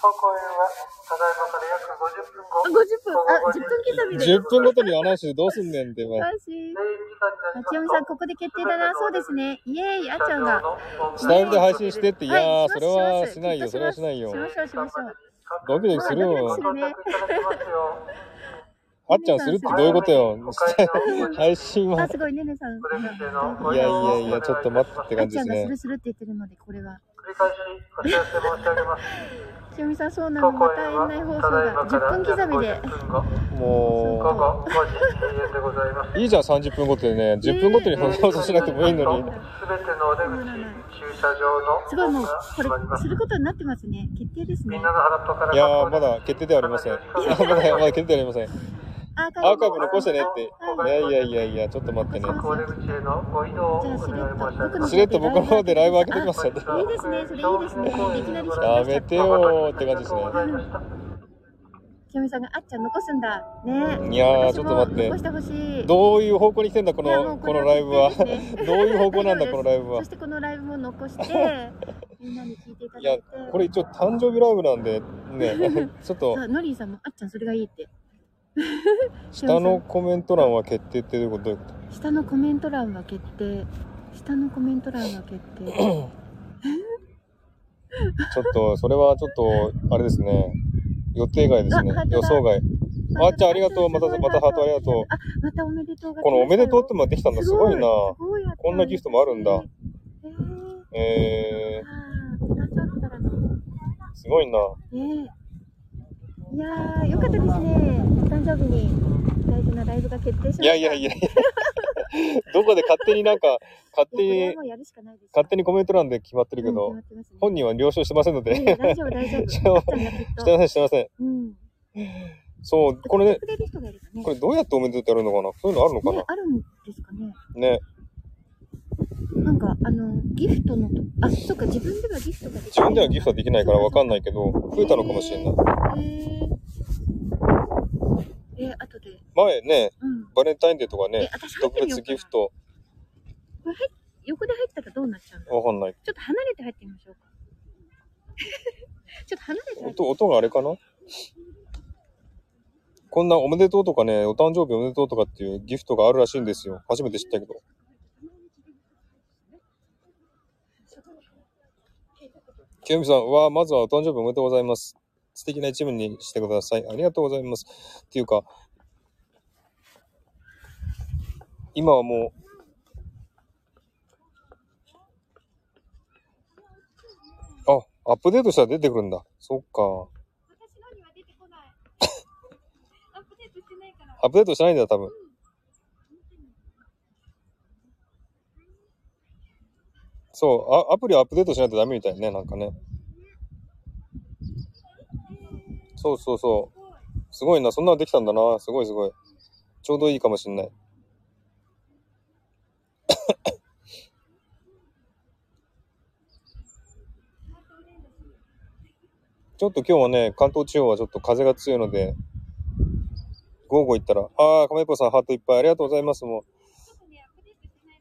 Speaker 4: 当公演はただいまから約50分後
Speaker 2: あ、50分。あ、10分刻みで。
Speaker 1: 10分ごとに話してどうすんねんって。まあ
Speaker 2: よし。
Speaker 4: 0時間になり
Speaker 2: あ
Speaker 4: ます
Speaker 2: ちよみさん、ここで決定だな。そうですね。イエーイ、あっちゃんが。は
Speaker 1: スタイルで配信してって、い
Speaker 2: い
Speaker 1: やー、
Speaker 2: します
Speaker 1: それはし
Speaker 2: ます
Speaker 1: ないよ、
Speaker 2: きっと
Speaker 1: それはしないよ
Speaker 2: し。ましょう、しましょう。
Speaker 1: ドキドキする
Speaker 2: まあド
Speaker 1: よ
Speaker 2: キドキす。るね。
Speaker 1: あっちゃんするってどういうことよ。配信
Speaker 2: あ、
Speaker 1: [LAUGHS] は。
Speaker 2: すごい、ねねさん。
Speaker 1: いやいやいや、ちょっと待ってって
Speaker 2: あっ
Speaker 1: 感じ
Speaker 2: ち
Speaker 1: で
Speaker 2: ゃ
Speaker 1: す
Speaker 2: んがス
Speaker 1: ね
Speaker 2: ル。スルって言ってるので、これは。
Speaker 4: 繰り返しお知らせ申し上げます。
Speaker 2: ちよみさん、そうなの。
Speaker 4: 当
Speaker 2: ま
Speaker 4: 公
Speaker 2: た
Speaker 4: 演
Speaker 2: 園
Speaker 4: は
Speaker 2: 内放送
Speaker 4: ただい
Speaker 2: が
Speaker 4: まから
Speaker 2: 10分刻みで
Speaker 4: 約。50分後午
Speaker 1: も
Speaker 4: 後5時閉園でございます。
Speaker 1: う、いいじゃん、30分ごとでね。10分ごとに放送しなくてもいいのに。
Speaker 4: すべてのお出口、駐車場の
Speaker 2: すごい、もう、これ
Speaker 4: 閉まりま、す
Speaker 2: することになってますね。決定です
Speaker 4: み
Speaker 2: ね
Speaker 4: んな。の腹っぱから
Speaker 1: いやー、まだ決定ではありません。まだ、まだ決定ではありません。
Speaker 2: アー
Speaker 1: ア
Speaker 2: カイ
Speaker 1: ーカイ
Speaker 2: ブ
Speaker 1: ブ
Speaker 2: も
Speaker 1: 残してねって。いやいやいやいや、ちょっと待ってね。
Speaker 4: お出口へのご移動をお願い申し上げます
Speaker 1: しれっと僕の方でライブ開けてきますよね。
Speaker 2: いいですね、それいいですね。いきなり失敗
Speaker 1: や
Speaker 2: しちゃ
Speaker 1: め
Speaker 2: ってた。
Speaker 1: よーって感じですね。
Speaker 2: ちなみさんがあっちゃん残すんだ。ね
Speaker 1: いやー、
Speaker 2: 私
Speaker 1: ちょっと
Speaker 2: も
Speaker 1: 待って
Speaker 2: 残。してほしい。
Speaker 1: どういう方向に来てんだ、こ
Speaker 2: いやも
Speaker 1: の、
Speaker 2: う
Speaker 1: このライブは。
Speaker 2: 決定ですね
Speaker 1: どういう方向なんだ、
Speaker 2: 大
Speaker 1: こ
Speaker 2: 丈
Speaker 1: の
Speaker 2: 夫
Speaker 1: ラ
Speaker 2: です
Speaker 1: イブは
Speaker 2: [LAUGHS] そし。てこのライブも残して、みんなに聞いていただ
Speaker 1: い
Speaker 2: いて。
Speaker 1: やこれ一応誕生日ライブなんで、ね、 [LAUGHS] ちょっと
Speaker 2: そう、ノリーさんもあっちゃんそれがいいって。
Speaker 1: 下のコメント欄は決定ってどういうことどういうこと
Speaker 2: 下のコメント欄は決定。下のコメント欄は決定。
Speaker 1: ちょっと、それはちょっと、あれですね。予定外ですね
Speaker 2: あハー。トだ
Speaker 1: 予想外。あっちゃんありがとう。また、
Speaker 2: すごい
Speaker 1: またハートありがと
Speaker 2: あ、またおめでとうが
Speaker 1: う。
Speaker 2: 来ました
Speaker 1: こ
Speaker 2: よ。
Speaker 1: のおめでとうってのができたんだ。すごいな。
Speaker 2: すごいやった
Speaker 1: こんなギフトもあるんだ
Speaker 2: へー
Speaker 1: え
Speaker 2: あーなさったら
Speaker 1: ー、
Speaker 2: の。
Speaker 1: すごいな。
Speaker 2: ねえ。いやー、よかったですね。お誕生日に大事なライブが決定しました。
Speaker 1: いやいやいやい [LAUGHS] や。どこで勝手になんか、勝
Speaker 2: い
Speaker 1: 手
Speaker 2: や。こ
Speaker 1: に
Speaker 2: れはも、うやるしかないです。
Speaker 1: 勝手にコメント欄で決まってるけ
Speaker 2: う
Speaker 1: ど
Speaker 2: ん、決まってますね
Speaker 1: 本人は了承してませんの
Speaker 2: いやいや
Speaker 1: で。
Speaker 2: 大丈夫、大
Speaker 1: [LAUGHS]
Speaker 2: 丈
Speaker 1: し
Speaker 2: 夫。
Speaker 1: て
Speaker 2: あ
Speaker 1: ま
Speaker 2: っちゃんがきっ
Speaker 1: してません、し
Speaker 2: と。
Speaker 1: てません。
Speaker 2: うん。
Speaker 1: そう、これね、
Speaker 2: くれる人がいるかね。
Speaker 1: これどうやっておめでとうやるのかなそういうのあるのか
Speaker 2: ね、あるんですかね。
Speaker 1: なね。
Speaker 2: なんか、あの、ギフトのと、あ、そっか、自分ではギフトができない。
Speaker 1: 自分ではギフトはできないからわかんないけど、
Speaker 2: そう
Speaker 1: 増えたのかもしれない。。
Speaker 2: へーえ、後で。
Speaker 1: 前ね、
Speaker 2: うん。
Speaker 1: バレンタインデーとか
Speaker 2: え
Speaker 1: ね、、
Speaker 2: 私入って
Speaker 1: 特
Speaker 2: みよ
Speaker 1: 別
Speaker 2: うか
Speaker 1: ギ
Speaker 2: な
Speaker 1: フト、
Speaker 2: これ入っ横で入ったらどうなっちゃうんだろう
Speaker 1: わかんない。
Speaker 2: ちょっと離れて入ってみましょうか。 [LAUGHS] ちょっと離れて入って。
Speaker 1: 音、音があれかなこんなおめでとうとかね、お誕生日おめでとうとかっていうギフトがあるらしいんですよ。初めて知ったけど。きよみさんは、まずはお誕生日おめでとうございます。素敵な一面にしてください。ありがとうございます。っていうか、今はもう、あ、アップデートしたら出てくるんだ。そっか。
Speaker 2: 私のには出てこ
Speaker 1: [LAUGHS]
Speaker 2: ない。アップデートしてないから。
Speaker 1: アップデートしないんだよ、多分。そう、あアプリアップデートしないとダメみたいね、なんかね。そうそうそう。すごいな、そんなのできたんだな。すごいすごい。ちょうどいいかもしんない。ちょっと今日はね、関東地方はちょっと風が強いので、午後行ったら、ああ、亀ぽさんハートいっぱいありがとうございます。もう
Speaker 2: ちょっとね、アップデートしてない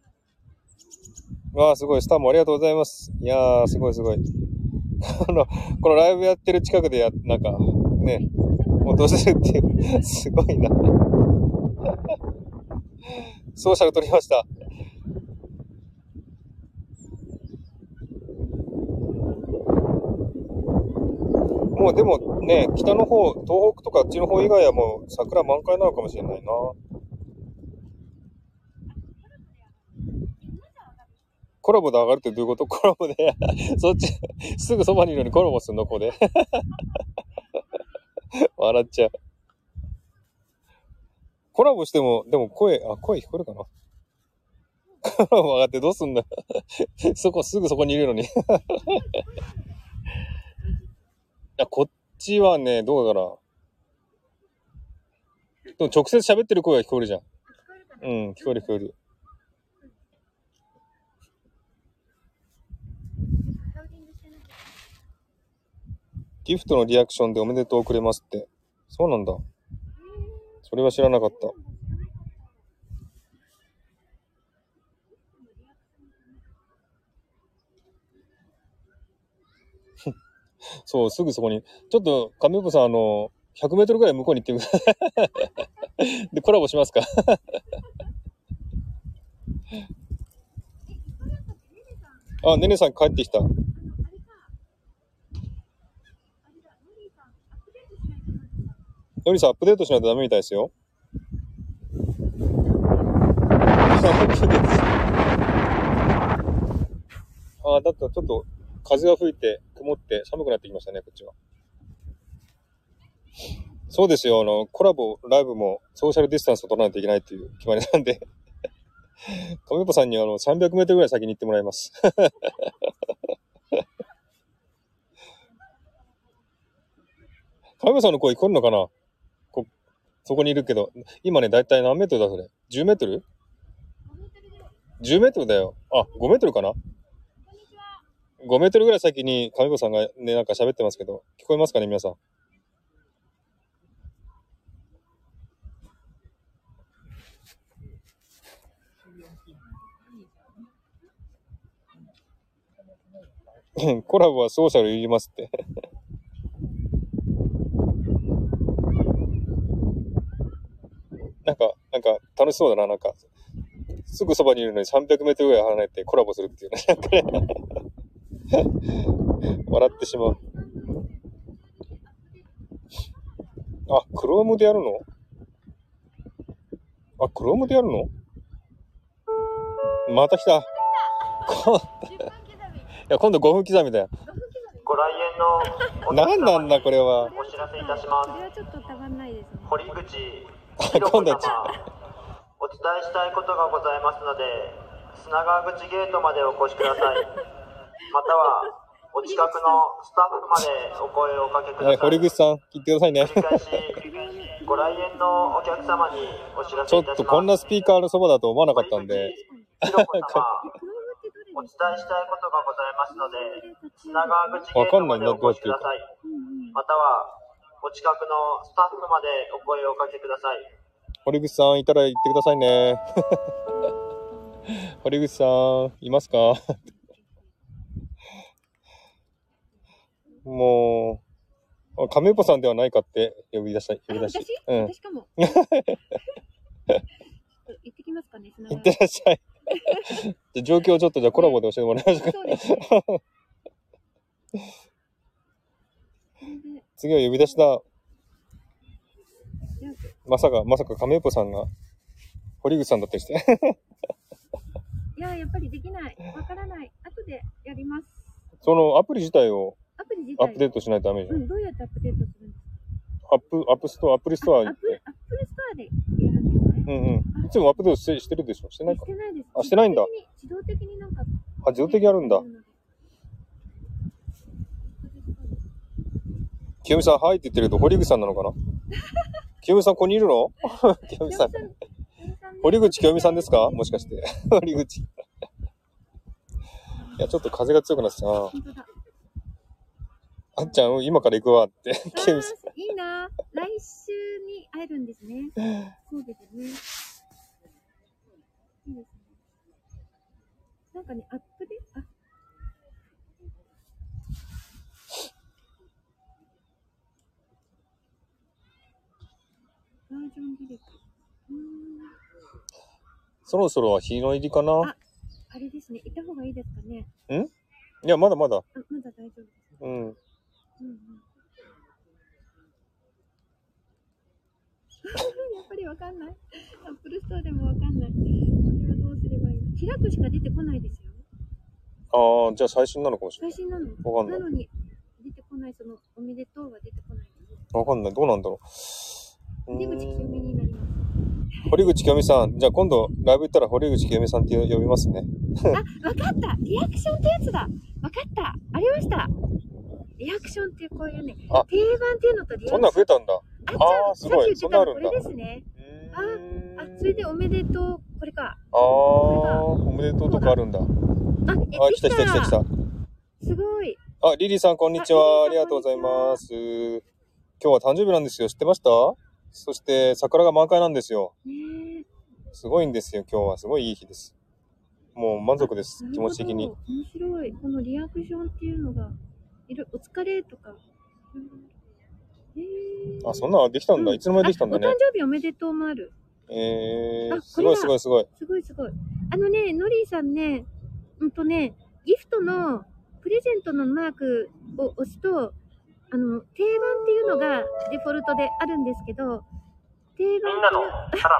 Speaker 2: の。
Speaker 1: わあ、すごい。スターもありがとうございます。いやー、すごいす [LAUGHS] ごい。あの、このライブやってる近くでや、なんか、ね、落とせるっていう、すごいな。ソーシャル撮りました。もうでもね、北の方、東北とかあっちの方以外はもう桜満開なのかもしれないな。コラボで上がるってどういうことコラボで [LAUGHS] そっちすぐそばにいるのにコラボするのここで笑っちゃうコラボしてもでも声あ声聞こえるかなコラボ上がってどうすんだ [LAUGHS] そこすぐそこにいるのに [LAUGHS] いやこっちはねどうだろうでも直接喋ってる声が聞こえるじゃんうん聞こえる聞こえる
Speaker 2: カウティングしてなきゃ。
Speaker 1: ギフトのリアクションでおめでとうくれますって。そうなんだ。それは知らなかった。 [LAUGHS] そう、すぐそこに。ちょっと、亀岡さん、あの、100メートルぐらい向こうに行ってください。 [LAUGHS] で、コラボしますか。あ、ねねさん帰ってきた。のりさん、アップデートしないとダメみたいですよ。アップデートしああ、だったらちょっと風が吹いて、曇って寒くなってきましたね、こっちは。そうですよ、あの、コラボ、ライブもソーシャルディスタンスを取らないといけないっていう決まりなんで、亀子さんにはあの300メートルぐらい先に行ってもらいます。亀子さんの声聞こえるのかなこ、そこにいるけど、今ね、だいたい何メートルだ、それ。10メートル ?10 メートルだよ。あ、5メートルかな5メートルぐらい先に上子さんがね、なんか喋ってますけど、聞こえますかね、皆さん。 [LAUGHS] コラボはソーシャル言いますって。なんか、なんか楽しそうだな、なんか。すぐそばにいるのに300メートルぐらい離れてコラボするっていうね。なんかね [LAUGHS] 笑ってしまう。あ、クロームでやるのあ、クロームでやるのまた来た。こいや、今度5分刻みだよ。
Speaker 4: ご来園のお客
Speaker 1: な
Speaker 4: 様
Speaker 1: んなんだ、これは。
Speaker 4: お知らせいたします
Speaker 2: それはちょっとたまんないですね。
Speaker 4: 堀口
Speaker 1: あ今度はち
Speaker 4: お伝えしたいことがございますので砂川口ゲートまでお越しくださいまたはお近くのスタッフまでお声をおかけくだ
Speaker 1: はい、
Speaker 4: さい
Speaker 1: 堀口さん、聞いてくださいね。
Speaker 4: 繰り返しご来園のお客様にお知ら
Speaker 1: ち
Speaker 4: せ
Speaker 1: ょ
Speaker 4: いたします
Speaker 1: っとこんなスピーカーのそばだと思わなかったん
Speaker 4: 堀口
Speaker 1: で。
Speaker 4: ひろこ様
Speaker 2: クロームってどれ
Speaker 4: お伝え
Speaker 2: です
Speaker 4: したいことがございますので砂
Speaker 2: か
Speaker 4: 川口ゲートまでお越しください
Speaker 2: うんうん。
Speaker 4: またはお近くのスタッフまでお声をおかけください
Speaker 1: 堀口さんいたら言ってくださいね。 [LAUGHS] 堀口さん、いますか [LAUGHS] もう、あ亀ぽさんではないかって呼び出した、呼び出し
Speaker 2: 私。
Speaker 1: うん。[LAUGHS]
Speaker 2: 私かも。ちょっと行ってきますかね、砂
Speaker 1: いっ
Speaker 2: 川
Speaker 1: てらっしゃい。 [LAUGHS] じゃあ状況をちょっとじゃあコラボで教えてもらいましょうか。
Speaker 2: そうですね。それで
Speaker 1: 次は呼び出した、
Speaker 2: ジャンプ
Speaker 1: まさか、まさか亀ぽさんが、堀口さんだったりして。 [LAUGHS]
Speaker 2: いや、やっぱりできない。わからない。後でやります。
Speaker 1: そのアプリ自体を
Speaker 2: アプ
Speaker 1: アップデートしないとダメじゃ。
Speaker 2: うんん、どうやってアップデートするんです
Speaker 1: アップ、アップストア、アプリストア
Speaker 2: かア
Speaker 1: 行っ
Speaker 2: ップル
Speaker 1: て。
Speaker 2: アップルストアでやるんですね。
Speaker 1: うんうん。いつもアップデートしてしてるでしょしてない
Speaker 2: し
Speaker 1: か
Speaker 2: てないです。
Speaker 1: あしてないんだ
Speaker 2: 自動的に。自動的になんか。
Speaker 1: あ、自動的あるんだ。清美さん、はいって言ってるけど、堀口さんなの
Speaker 2: [LAUGHS]
Speaker 1: かな清美さん、ここにいるの清美さん。堀口清美さんですかもしかして。 [LAUGHS] 堀口。いや、ちょっと風が強くなってきたな。
Speaker 2: 本当だ。
Speaker 1: あっちゃん、今から行くわ
Speaker 2: [LAUGHS]
Speaker 1: って。
Speaker 2: あ
Speaker 1: 清美さん。
Speaker 2: ーいいな。来週に会えるんですね。そうですね。いいですね。なんかね、アップデあ、バージョン履歴。うーん。
Speaker 1: そろそろは日の入りかな
Speaker 2: ああれですね。いた方がいいですかね。
Speaker 1: いや、まだまだ。
Speaker 2: あ、まだ大丈夫です。
Speaker 1: うん。
Speaker 2: うんうんやっぱりわかんない。アップルストアでもわかんない。これはどうすればいい開くしか出てこないですよ。
Speaker 1: ああ、じゃあ最新なのかもしれ
Speaker 2: 最
Speaker 1: ない。
Speaker 2: 新なの。
Speaker 1: わかんない
Speaker 2: なのに、出てこない、その、おめでとうは出てこない。
Speaker 1: わかんない。どうなんだろう。う
Speaker 2: 出口
Speaker 1: ー
Speaker 2: 清
Speaker 1: ん
Speaker 2: めになります。
Speaker 1: 堀口清美さん。じゃあ今度、ライブ行ったら堀口清美さんって呼びますね。
Speaker 2: あ、わかったリアクションってやつだわかったありましたリアクションっていうこういうね、定番
Speaker 1: あ
Speaker 2: っていうのとリアクショ
Speaker 1: そ
Speaker 2: ン。
Speaker 1: んなん増えたんだ。
Speaker 2: あ、
Speaker 1: あー
Speaker 2: じ
Speaker 1: す
Speaker 2: ゃあ、さっ
Speaker 1: ご
Speaker 2: き言
Speaker 1: い
Speaker 2: ってた
Speaker 1: そ
Speaker 2: のこ
Speaker 1: んな
Speaker 2: れ
Speaker 1: あるんだ
Speaker 2: ですね。ああ、
Speaker 1: うーん
Speaker 2: それでおめでとう、これか。
Speaker 1: ああ、おめでとうとかあるんだ。あ、
Speaker 2: あ、え、
Speaker 1: 来た来た来た来た。
Speaker 2: すごい。
Speaker 1: あ、リリーさんこんにちは。
Speaker 2: あ
Speaker 1: あ
Speaker 2: リ
Speaker 1: り
Speaker 2: リ
Speaker 1: が
Speaker 2: ーさん
Speaker 1: とうござい
Speaker 2: こん
Speaker 1: ま
Speaker 2: に
Speaker 1: す。今日は誕生日なんですよ。知ってましたそして桜が満開なんですよ。
Speaker 2: ねえ
Speaker 1: すごいんですよ。今日はすごいいい日です。もう満足です。気持ち的
Speaker 2: な
Speaker 1: に
Speaker 2: る。ほど面白い。このリアクションっていうのが、いる、お疲れとか。えー、
Speaker 1: あ、そんなのできたんだ。
Speaker 2: うん
Speaker 1: いつの間にできたんだ
Speaker 2: あお
Speaker 1: ね
Speaker 2: 誕。生日おめでとうもある。
Speaker 1: え
Speaker 2: あ
Speaker 1: ー、すごい
Speaker 2: これだ
Speaker 1: すごいすごい。
Speaker 2: すごいすごい。あのね、ノリーさんね、うんとね、ギフトのプレゼントのマークを押すと、あの、定番っていうのがデフォルトであるんですけど、定
Speaker 5: み
Speaker 2: 番
Speaker 5: んなの
Speaker 2: っていう
Speaker 5: さら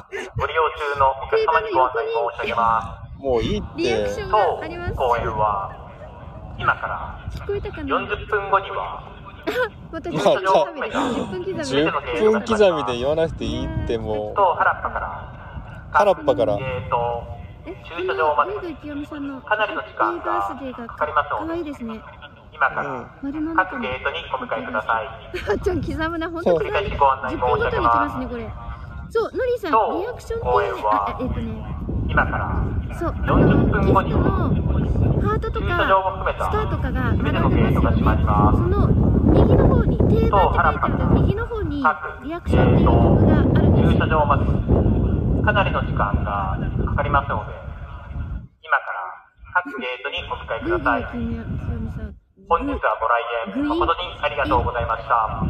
Speaker 5: っ
Speaker 1: [LAUGHS]
Speaker 5: ぱ、ご利用中のお客様にご案内申し上げます。
Speaker 1: もういいっ
Speaker 2: リアクシ
Speaker 1: て
Speaker 2: ョ。ン
Speaker 5: 当
Speaker 2: があります。
Speaker 5: 公演は、今から
Speaker 2: 聞こえたかな
Speaker 5: 40分後には、
Speaker 2: 私
Speaker 1: ま
Speaker 2: の
Speaker 1: あ
Speaker 2: 10分刻みで10
Speaker 1: 10
Speaker 2: 分刻み。
Speaker 1: 分刻みで言わなくていいっても
Speaker 5: と原っぱから、
Speaker 1: 原っぱから
Speaker 5: えーと、
Speaker 2: え、
Speaker 5: 駐車場まで
Speaker 2: 今上戸清美さんの
Speaker 5: かなりの時間
Speaker 2: バースデーが
Speaker 5: がかかりますので
Speaker 2: 可愛いですね。
Speaker 5: 今
Speaker 1: う、う
Speaker 5: か
Speaker 1: ん
Speaker 5: ら、
Speaker 2: 丸の中
Speaker 5: 各
Speaker 2: の
Speaker 5: ゲ。ートにお迎えください。
Speaker 2: あ、ちゃん刻むな、本当刻
Speaker 5: 繰り
Speaker 2: む。
Speaker 5: 返しご案内
Speaker 2: 10
Speaker 5: 申
Speaker 2: 分ご
Speaker 5: し上
Speaker 2: とに
Speaker 5: げ
Speaker 2: 来ます
Speaker 5: ま
Speaker 2: ね、これ。そう、のりさん、
Speaker 5: そう
Speaker 2: リアクション
Speaker 5: 応
Speaker 2: っ
Speaker 5: 援
Speaker 2: て、
Speaker 5: は
Speaker 2: あ、あえっ、とね、
Speaker 5: す。今から、
Speaker 2: そう、あ
Speaker 5: 40
Speaker 2: の、
Speaker 5: 分
Speaker 2: ギ
Speaker 5: 後
Speaker 2: フ
Speaker 5: に
Speaker 2: トのハートと
Speaker 5: 駐車場
Speaker 2: か、
Speaker 5: も含め
Speaker 2: スター
Speaker 5: た、
Speaker 2: とかが
Speaker 5: 全て
Speaker 2: 並
Speaker 5: の
Speaker 2: ん
Speaker 5: ゲ
Speaker 2: で
Speaker 5: ートが
Speaker 2: ます
Speaker 5: 閉ま
Speaker 2: よ
Speaker 5: り
Speaker 2: ね。
Speaker 5: ます
Speaker 2: そ。の、右の方に、定番って書いてあるの、右の方に、リアクションっていう曲があるんです
Speaker 5: 駐
Speaker 2: よ
Speaker 5: 車。場までかなりの時間がかかりますので、今から各ゲートにお迎えく
Speaker 2: ルー
Speaker 5: ださい。
Speaker 2: キー清美さん。
Speaker 5: 本日はご来園誠にありがとうございました。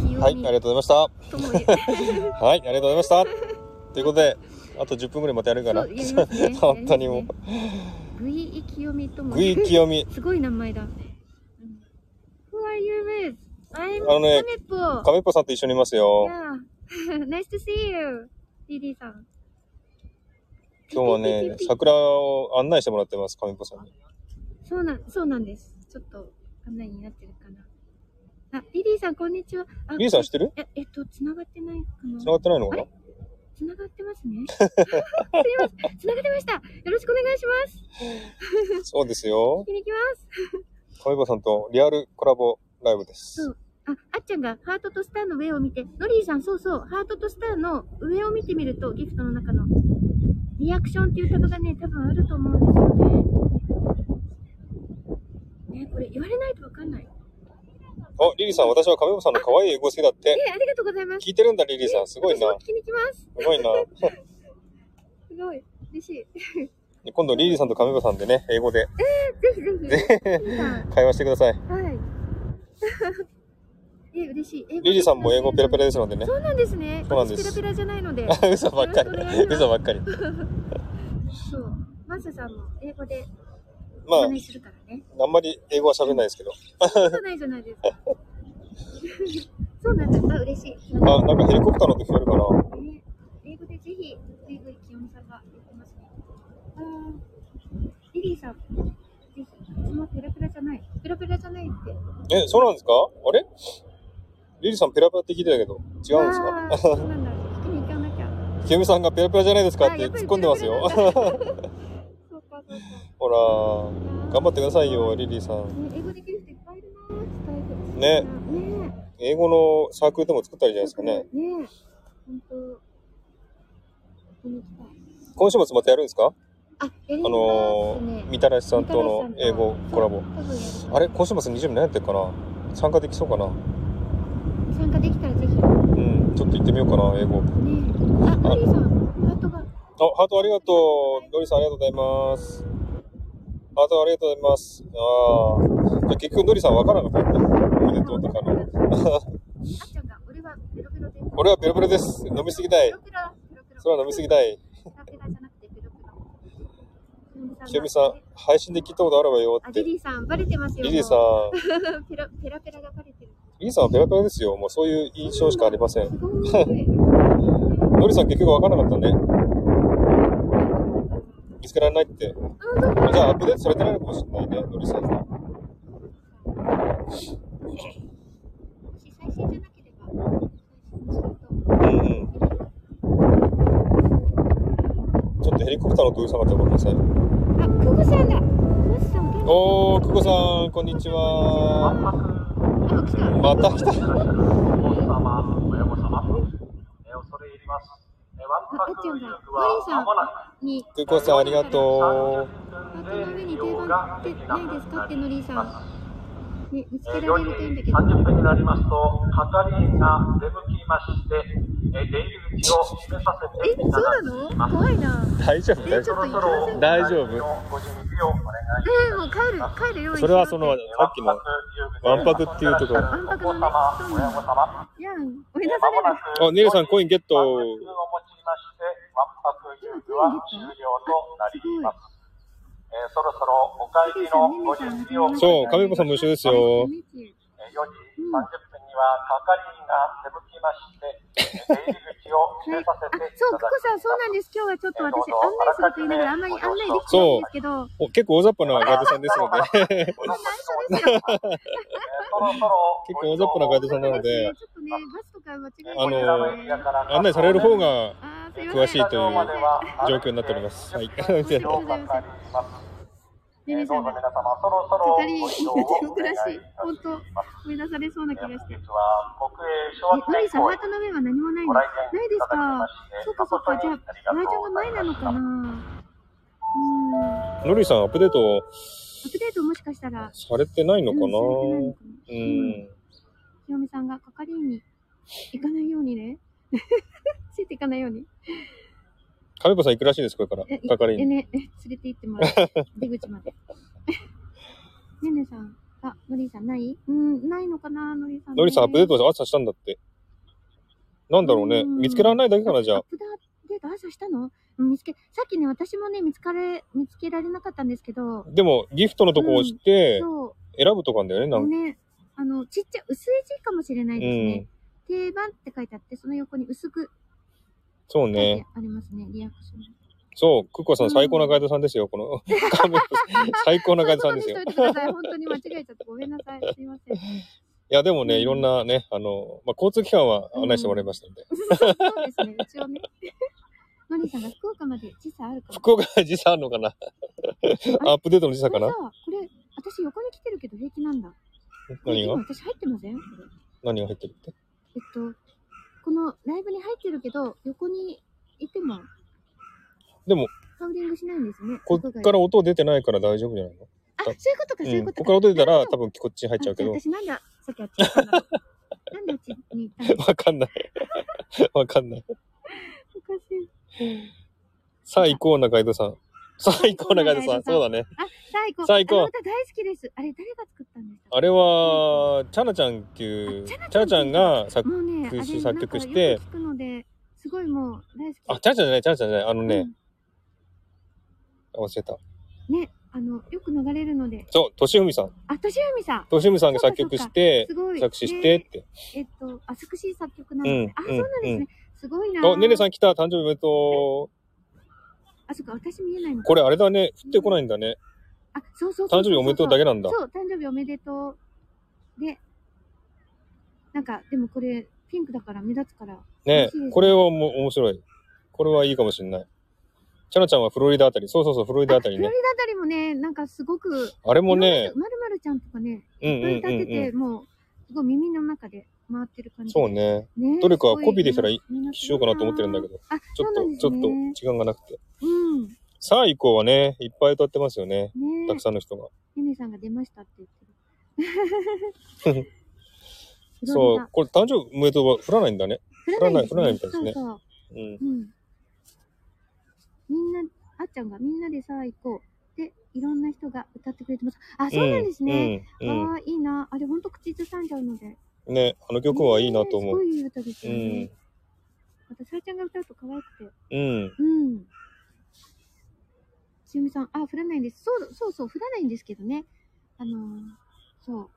Speaker 2: 清
Speaker 1: はい、あり
Speaker 2: 美
Speaker 1: がとうございま
Speaker 2: とも言う。
Speaker 1: した。はい、ありがとうございました。ということで、あと10分ぐらいまたやるかな。
Speaker 2: そうやりますね
Speaker 1: [LAUGHS] 本当にもう。
Speaker 2: グイイキヨミとも。
Speaker 1: グイ清美。
Speaker 2: すごい名前だ。うん Who are you with? I'm
Speaker 1: あのね
Speaker 2: Kanepo.
Speaker 1: 亀っぽさんと一緒にいますよ。
Speaker 2: Yeah. [LAUGHS] nice to see you. リリーさん。
Speaker 1: 今日はね、桜を案内してもらってます、亀っぽさんに。
Speaker 2: そうなん、そうなんです。ちょっと案内になってるかな。あ、リリーさんこんにちは。あ
Speaker 1: リリーさん知ってる
Speaker 2: え、えっと、繋がってないか
Speaker 1: 繋
Speaker 2: な
Speaker 1: が。ってないのかな
Speaker 2: あ繋がってますね。 [LAUGHS] すいません。繋がってました。よろしくお願いします。
Speaker 1: そうですよ
Speaker 2: 聞。きに行きます。
Speaker 1: 亀っぽさんとリアルコラボライブです。
Speaker 2: そうあ、あっちゃんがハートとスターの上を見て、ノリーさん、そうそう、ハートとスターの上を見てみると、ギフトの中のリアクションっていうタブがね、多分あると思うんですよね。ね、これ言われないとわかんない。
Speaker 1: あ、リリーさん、私は亀っぽさんの可愛い英語好きだっ
Speaker 2: え
Speaker 1: て。、
Speaker 2: ありがとうございます。
Speaker 1: 聞いてるんだ、リリーさん。すごいな。
Speaker 2: 私
Speaker 1: す
Speaker 2: も聞きに行きます。
Speaker 1: ごいな。
Speaker 2: すごい、嬉しい。え
Speaker 1: 今度、リリーさんと亀っぽさんでね、英語で
Speaker 2: ぜひぜひ。リリーさん
Speaker 1: 会話してください。
Speaker 2: はい。 [LAUGHS] え、嬉しい。英語
Speaker 1: リリーさんも英語ペラペラですのでね。
Speaker 2: そうなんですね。
Speaker 1: そうなんです
Speaker 2: 私ペラペラじゃな
Speaker 1: [LAUGHS]
Speaker 2: いので。
Speaker 1: 嘘ばっかり
Speaker 2: よろしくお願いし。ます
Speaker 1: 嘘ばっかり。
Speaker 2: そう。マサさんも英語で
Speaker 1: ま
Speaker 2: お願いするからね。
Speaker 1: あ、あんまり英語は喋れないですけど。
Speaker 2: じゃないじゃないですか。 [LAUGHS] そうなんだ。あ、嬉しい。
Speaker 1: あ、なんかヘリコプターの音聞こえるかな。
Speaker 2: ね英語でぜひ、ぐいぐい清美さんが言ってますね。あーリリーさん、ぜひ、いつもペラペラじゃゃない。ペラペラじゃないって。
Speaker 1: え、そうなんですかあれリリさんペラペラって聞いてたけど、違うんですか
Speaker 2: あーそうなんだ。聞きに行かなきゃ。
Speaker 1: 清美さんがペラペラじゃないですかっ
Speaker 2: あ
Speaker 1: て
Speaker 2: やっぱ
Speaker 1: 突っ
Speaker 2: り
Speaker 1: 込んでますよ。
Speaker 2: ペラペラそうかそうか。
Speaker 1: [LAUGHS] ほらー、頑張ってくださいよ、リリーさん。
Speaker 2: ね、英語できる人いっぱいいるなー伝
Speaker 1: ね
Speaker 2: えてね
Speaker 1: 英語のサークルでも作ったらいいじゃないですかね。
Speaker 2: ね本当ここに行きたい
Speaker 1: 今週末またやるんですか
Speaker 2: あやり
Speaker 1: あの
Speaker 2: ますね
Speaker 1: ー、みたらしさんとの英語コラボ。
Speaker 2: 多分やります
Speaker 1: あれ今週末20日何やってるかな参加できそうかな
Speaker 2: 参加できたらぜひね
Speaker 1: うん、ちょっと行ってみようかな、英語。
Speaker 2: あマリーさんハートが
Speaker 1: あ、ハートありがとう。ドリさんありがとうございます。ハートありがとうございます。ああ。じゃあ結局ドリさんわからなかった。おめでとうとかの。
Speaker 2: あっちゃんが俺はペロペロです
Speaker 1: 俺はペロペロです。飲みすぎたい
Speaker 2: ペロ。ペロペロペロ
Speaker 1: それは飲みすぎたい。
Speaker 2: ペラペラじゃなくてペロペロ
Speaker 1: 清美さん、配信で聞いたことあればよ
Speaker 2: あ
Speaker 1: っ
Speaker 2: リ
Speaker 1: て。
Speaker 2: リーさんバレてますよ
Speaker 1: リリーさん
Speaker 2: も、う [LAUGHS] ペラペラペラがバレてる
Speaker 1: リリーさんはペラペラですよ。もうそういう印象しかありません。
Speaker 2: すご
Speaker 1: [LAUGHS]
Speaker 2: い
Speaker 1: ドリさん結局わからなかったね。見つけられないって。じゃあアップデートされてないのかもしれないね、ドリさん。
Speaker 2: し最新じゃなければ最新にすると
Speaker 1: うんうん。ちょっとヘリコプターの通り下がってごめんなさい。
Speaker 2: あ、クグさんだ。クグさん元
Speaker 1: おー、久保さん、こんにちは。
Speaker 2: 気。あ、来た。
Speaker 1: また来た。
Speaker 4: 王様、親御様、え恐れ入ります。えわ
Speaker 2: あ、
Speaker 4: ん
Speaker 2: あ
Speaker 4: ぱ
Speaker 2: っ
Speaker 4: く
Speaker 2: ちゃん
Speaker 4: 遊
Speaker 2: が。
Speaker 4: 具
Speaker 2: マリー
Speaker 4: は
Speaker 2: さ
Speaker 4: 間もなく
Speaker 2: んに。
Speaker 1: 久保さん、ありがと
Speaker 2: ハートの上に定番ってないですかってノリーさん。ね、見つけられるといいんだけど。
Speaker 4: 4時30分になりますと、係員が出向きまして、え出入り口を閉めさせ
Speaker 2: え、
Speaker 4: ていた
Speaker 2: そ
Speaker 4: だ
Speaker 2: う
Speaker 4: きま
Speaker 2: なの
Speaker 4: す。
Speaker 2: 怖いな。
Speaker 1: う。大丈夫
Speaker 2: え、
Speaker 1: 大
Speaker 2: ち
Speaker 1: 丈
Speaker 2: ょっと行きませんか
Speaker 1: 大丈夫
Speaker 4: ご準備をお願いし
Speaker 2: えもう帰る、帰る用
Speaker 1: 夫。
Speaker 2: 意
Speaker 1: それはその、
Speaker 2: わ
Speaker 1: さ
Speaker 2: ん
Speaker 1: っきの、わんぱくっていうところ。あ、
Speaker 2: ぱくのね、そうな
Speaker 4: 親
Speaker 2: の。
Speaker 4: 御様、
Speaker 2: いやん、追い出
Speaker 4: ま
Speaker 2: さ
Speaker 4: も
Speaker 2: れ
Speaker 4: な
Speaker 2: る。
Speaker 4: く、
Speaker 1: ネルさん、コインゲッ
Speaker 4: お
Speaker 1: ト。
Speaker 4: 持ちまして、わんぱく遊具は終了となります。えーそろそろお帰りのご準備を、えー
Speaker 1: そう、亀子さんも一緒ですよ。
Speaker 4: 4時30分には係員が出向きまして、出入り口を閉
Speaker 2: はい、
Speaker 4: めさ
Speaker 2: あ
Speaker 4: せていただきます。
Speaker 2: そう、クコさん、そうなんです。今日はちょっと私、案内すると言いながら、あんまり案内できてないんですけど、
Speaker 1: お結構大雑把なガイドさんですので、 [LAUGHS] 結構大雑把なガイドさんなので、
Speaker 2: ちょっとね、バスとか間違えて
Speaker 1: あの
Speaker 2: るね
Speaker 1: 案内される方が
Speaker 2: あーすいません
Speaker 1: 詳しいという状況になっております。はい。 [LAUGHS]
Speaker 2: 申し訳ございません。ねねさんが、
Speaker 4: 皆様、そろそろ
Speaker 2: 語りになってもくらし、本当、追い出されそうな気がして。え、
Speaker 4: は国営昭和記
Speaker 2: マリ
Speaker 4: 念
Speaker 2: ーさん、
Speaker 4: 公
Speaker 2: ハ
Speaker 4: 園
Speaker 2: ートの上は何もないのないですか。そうか、そうか、じゃあ、愛情がないなのかな。うん、ア
Speaker 1: のりさん、アップデート
Speaker 2: ップデートもしかしたら、
Speaker 1: されてないの
Speaker 2: う
Speaker 1: か
Speaker 2: ん
Speaker 1: な
Speaker 2: されてないのかな。
Speaker 1: う
Speaker 2: うん
Speaker 1: ん。
Speaker 2: ひよみさんが係員に行かないようにね。 [LAUGHS] ついていかないように。
Speaker 1: 亀子さん行くらしいです、これから
Speaker 2: え、。
Speaker 1: 係
Speaker 2: え
Speaker 1: 員。
Speaker 2: ね、え連れて行ってもら
Speaker 1: [LAUGHS]
Speaker 2: う。出口まで。ねねさん、あ、のりさんないうん、ないのかな、のりさん、
Speaker 1: のりさん、アップデー
Speaker 2: だ
Speaker 1: ト朝したんだって。なんだろうね。
Speaker 2: うん
Speaker 1: 見つけられないだけかな、じゃ
Speaker 2: ア
Speaker 1: あ
Speaker 2: ッ。プデート朝したのうん見つけ、さっきね、私もね、見つかれ、見つけられなかったんですけど、
Speaker 1: でも、ギフトのとこ押して、
Speaker 2: そ
Speaker 1: 選ぶとかあんだよね、な
Speaker 2: う、
Speaker 1: んか。
Speaker 2: ね、あの、ちっちゃ、薄い字かもしれな
Speaker 1: う
Speaker 2: いですね
Speaker 1: ん。。
Speaker 2: 定番って書いてあって、その横に薄く
Speaker 1: そう
Speaker 2: 書いて
Speaker 1: ね。
Speaker 2: ありますね、リアクション。
Speaker 1: そう、クッコさ、
Speaker 2: うんん
Speaker 1: 最高なガイドさんですよ、こ
Speaker 2: [LAUGHS]
Speaker 1: の。亀子さん最高なガイドさんですよ。
Speaker 2: そういう
Speaker 1: い
Speaker 2: ことにしといてください。本当に間違えちゃってごめんなさい。すいません。
Speaker 1: や、でもね、
Speaker 2: うん
Speaker 1: いろんなね、あの、まあ、交通機関は案内してもらいましたんで。
Speaker 2: そうですね。一応ね。のりさんが福岡まで時差あるかも。
Speaker 1: 福岡時差あるのかなアップデートの時差かな
Speaker 2: これさ、これ、私横に来てるけど平気なんだ。
Speaker 1: 何
Speaker 2: 今
Speaker 1: が
Speaker 2: 私入ってませんこれ
Speaker 1: 何が入ってるって
Speaker 2: えっと、このライブに入ってるけど、横にいても、
Speaker 1: でも、
Speaker 2: ハウリングしないんですね。
Speaker 1: こっから
Speaker 2: 屋外
Speaker 1: 音出てないから大丈夫じゃないの。
Speaker 2: あ、そういうことか、そういううんこ
Speaker 1: ことっから音出た
Speaker 2: か。な
Speaker 1: ら、
Speaker 2: るほ
Speaker 1: 多
Speaker 2: ど
Speaker 1: 分こっちに入っちゃうけど
Speaker 2: あ。じゃあ私なんだ、さっきあっち行ったんだろうなんであっちに行ったん
Speaker 1: [LAUGHS]
Speaker 2: だろう
Speaker 1: わかんない。わかんない。
Speaker 2: おかしい。
Speaker 1: さあ行こうなガイドさん。さあ行こうなガイドさん。そうだね。
Speaker 2: あ、最高。
Speaker 1: 最高
Speaker 2: あの歌大好きです。あれ、誰が作ったんでしたっ
Speaker 1: あれは、チャナちゃんっていう、チ
Speaker 2: あ
Speaker 1: ャ
Speaker 2: チャ
Speaker 1: ナ
Speaker 2: ナ
Speaker 1: ち
Speaker 2: ち
Speaker 1: ゃ
Speaker 2: ゃ
Speaker 1: んが作
Speaker 2: んけもうね、あれ
Speaker 1: 作詞作曲して
Speaker 2: なんかよく聞くので、すごいもう大好き。
Speaker 1: あ、チャナちゃんじゃない、チャナちゃんじゃない。あのね、忘れた。
Speaker 2: うんね、あの、よく流れるので。
Speaker 1: そう、としふみさん。
Speaker 2: あ、としふみさん。
Speaker 1: としふみさんが作曲して
Speaker 2: す、ごい。
Speaker 1: 作詞してっ
Speaker 2: ね
Speaker 1: て。
Speaker 2: えっと、あ、作詞作曲なんですね。
Speaker 1: うん
Speaker 2: あ、そうなんですね。すごいな。
Speaker 1: あ、ねねさ
Speaker 2: ん。
Speaker 1: ん来た。誕生日おめでとう。
Speaker 2: あ、そっか、私見えないのか。
Speaker 1: これあれだね。降ってこないんだね。
Speaker 2: あ、そうそうそうそう。
Speaker 1: 誕生日おめでとうだけなんだ。
Speaker 2: そう、誕生日おめでとう。で、なんか、でもこれ、ピンクだから目立つから。
Speaker 1: ね
Speaker 2: 嬉しいです
Speaker 1: これはも面白い。これはいいかもしれない。チャナちゃんはフロリダあたり。そうそうそう、フロリダあたり
Speaker 2: フロ
Speaker 1: ね
Speaker 2: リ。ダあたりもね、なんかすごく、
Speaker 1: あれもね、
Speaker 2: まるまるちゃんとかね、
Speaker 1: うん
Speaker 2: いっ
Speaker 1: うん
Speaker 2: ぱい歌
Speaker 1: うん
Speaker 2: ってて、
Speaker 1: う
Speaker 2: もう、すごい耳の中で回ってる感
Speaker 1: ん。
Speaker 2: じ。
Speaker 1: そうね。
Speaker 2: ね
Speaker 1: どれか
Speaker 2: すごい
Speaker 1: コピーできたらい
Speaker 2: みんな
Speaker 1: しようかなと思ってるんだけど、
Speaker 2: あ、
Speaker 1: ちょっと、ち
Speaker 2: そ
Speaker 1: ょ
Speaker 2: う
Speaker 1: っと
Speaker 2: なんですね
Speaker 1: 時間がなくて。
Speaker 2: うん。
Speaker 1: さあ以降はね、いっぱい歌ってますよね。た
Speaker 2: ね
Speaker 1: くさんの人が。
Speaker 2: え、ねねさんが出ましたって言ってる。
Speaker 1: そ
Speaker 2: フロリダ
Speaker 1: う、これ誕生日おめでとうは降らないんだね。
Speaker 2: 降
Speaker 1: 降らない降らないみたいですね
Speaker 2: そうそう。
Speaker 1: うん。
Speaker 2: うん。みんな、あっちゃんがみんなでさあ行こう。で、いろんな人が歌ってくれてます。あ、そうなんですね。。
Speaker 1: うん。うん
Speaker 2: ああ、いいな。あれ、ほんと口ずさんじゃうので。
Speaker 1: ね、あの曲はいいなと思う。
Speaker 2: ねえすごいいい歌です
Speaker 1: う
Speaker 2: よね
Speaker 1: ん。。
Speaker 2: また、さあちゃんが歌うと可愛くて。
Speaker 1: うん。
Speaker 2: うん。ちよみさん、あ、降らないんです。そう、そうそう、降らないんですけどね。あのー、そう。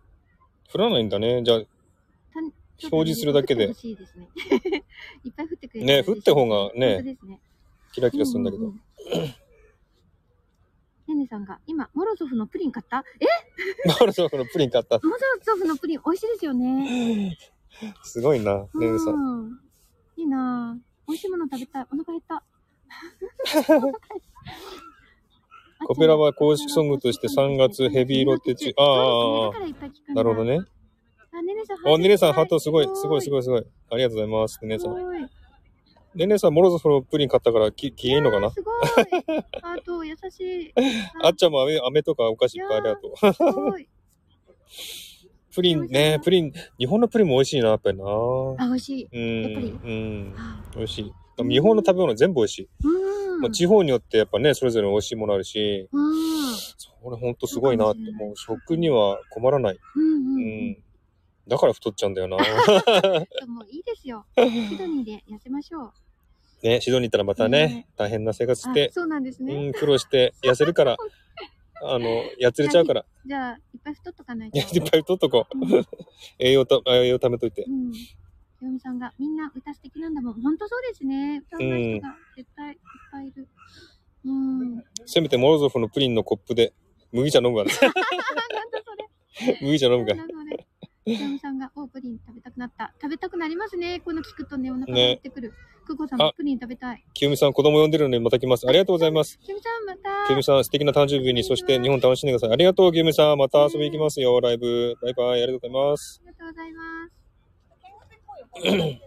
Speaker 1: 降らないんだね。じゃあ、
Speaker 2: たん
Speaker 1: 表示するだけで
Speaker 2: 降ってほしいですね。 [LAUGHS] いっぱい降ってくれ
Speaker 1: ね、降った方が
Speaker 2: 本当
Speaker 1: ね、
Speaker 2: ですね。
Speaker 1: キラキラするんだけ
Speaker 2: う
Speaker 1: ど
Speaker 2: う。うん。ねねさんが、今、モロゾフのプリン買ったえ
Speaker 1: マルソフのプリン買った。
Speaker 2: モロゾフのプリン美味しいですよね。
Speaker 1: すごいな、ねねさん。
Speaker 2: うん。いいなぁ。美味しいもの食べたい。お腹減
Speaker 1: [LAUGHS]
Speaker 2: った。
Speaker 1: コペラは公式ソングとして3月ヘビーロテチュあああああ
Speaker 2: そうですねだからいっぱい聞くん
Speaker 1: な
Speaker 2: だ
Speaker 1: るほど。ね。
Speaker 2: あ、ねねさん、
Speaker 1: あ、ねねさん、ハートすごい、すごい、す
Speaker 2: い。
Speaker 1: ごい、すごい。ありがとうございます、ねねさん。
Speaker 2: ごい。
Speaker 1: ねねさん、モロゾフのプリン買ったから、き、消えんのかな
Speaker 2: すごい。ハート、優しい。
Speaker 1: あっちゃんも飴、飴とかお菓子いっぱいありがとう。
Speaker 2: すごい。
Speaker 1: [LAUGHS] プリンね、プリン、日本のプリンも美味しいな、やっぱりな。う
Speaker 2: あ、美味しい。やっぱ
Speaker 1: ん
Speaker 2: り、
Speaker 1: うん、
Speaker 2: あ
Speaker 1: 美味しい。でも日本の食べ物全部美味しい。
Speaker 2: うん。
Speaker 1: もう地方によってやっぱね、それぞれ美味しいものあるし、
Speaker 2: うん。
Speaker 1: それほんとすごいなって、もう食には困らない。
Speaker 2: うんう
Speaker 1: うん
Speaker 2: うん。
Speaker 1: ん。だから太っちゃうんだ
Speaker 2: [LAUGHS]
Speaker 1: よな。
Speaker 2: もういいで
Speaker 1: [LAUGHS]
Speaker 2: すよ。シドニーで痩せましょう。
Speaker 1: ね、シドニー行ったらまたね
Speaker 2: ね、
Speaker 1: 大変な生活し
Speaker 2: あ
Speaker 1: て、
Speaker 2: そうなんですね。
Speaker 1: うん、苦労して痩せる
Speaker 2: [LAUGHS]
Speaker 1: から、あの、やつれちゃうから、
Speaker 2: じゃあ、いっぱい太っとかないと。
Speaker 1: いっぱい取っとこう。栄養た、栄養貯めといて
Speaker 2: う。ん。ヨミさんが、みんな歌素敵なんだもん。ほんとそうですね。歌うまい人が絶対いっぱいいる。
Speaker 1: [LAUGHS]
Speaker 2: うん。なんだ
Speaker 1: せめてモロゾフのプリンのコップで、麦茶飲
Speaker 2: [LAUGHS]
Speaker 1: むから、麦茶飲む
Speaker 2: それ。
Speaker 1: から
Speaker 2: なん。だそれ。ヨミさんが、おプリン食べたくなった。食べたくなりますね。この聞くとね、お腹が減ってくる。クコさん
Speaker 1: あ
Speaker 2: もプリン食べたい。
Speaker 1: 清美さん、子供呼んでるのにまた来ます。ありがとうございます。
Speaker 2: ヨミさん、ま
Speaker 1: 清
Speaker 2: た
Speaker 1: 美。さん、素敵な誕生日に、そして日本楽しんでください。ありがとう、清美さん。また遊びに行きますよ、ライブ。バイバイ、ありがとうございます。
Speaker 2: ありがとうございます。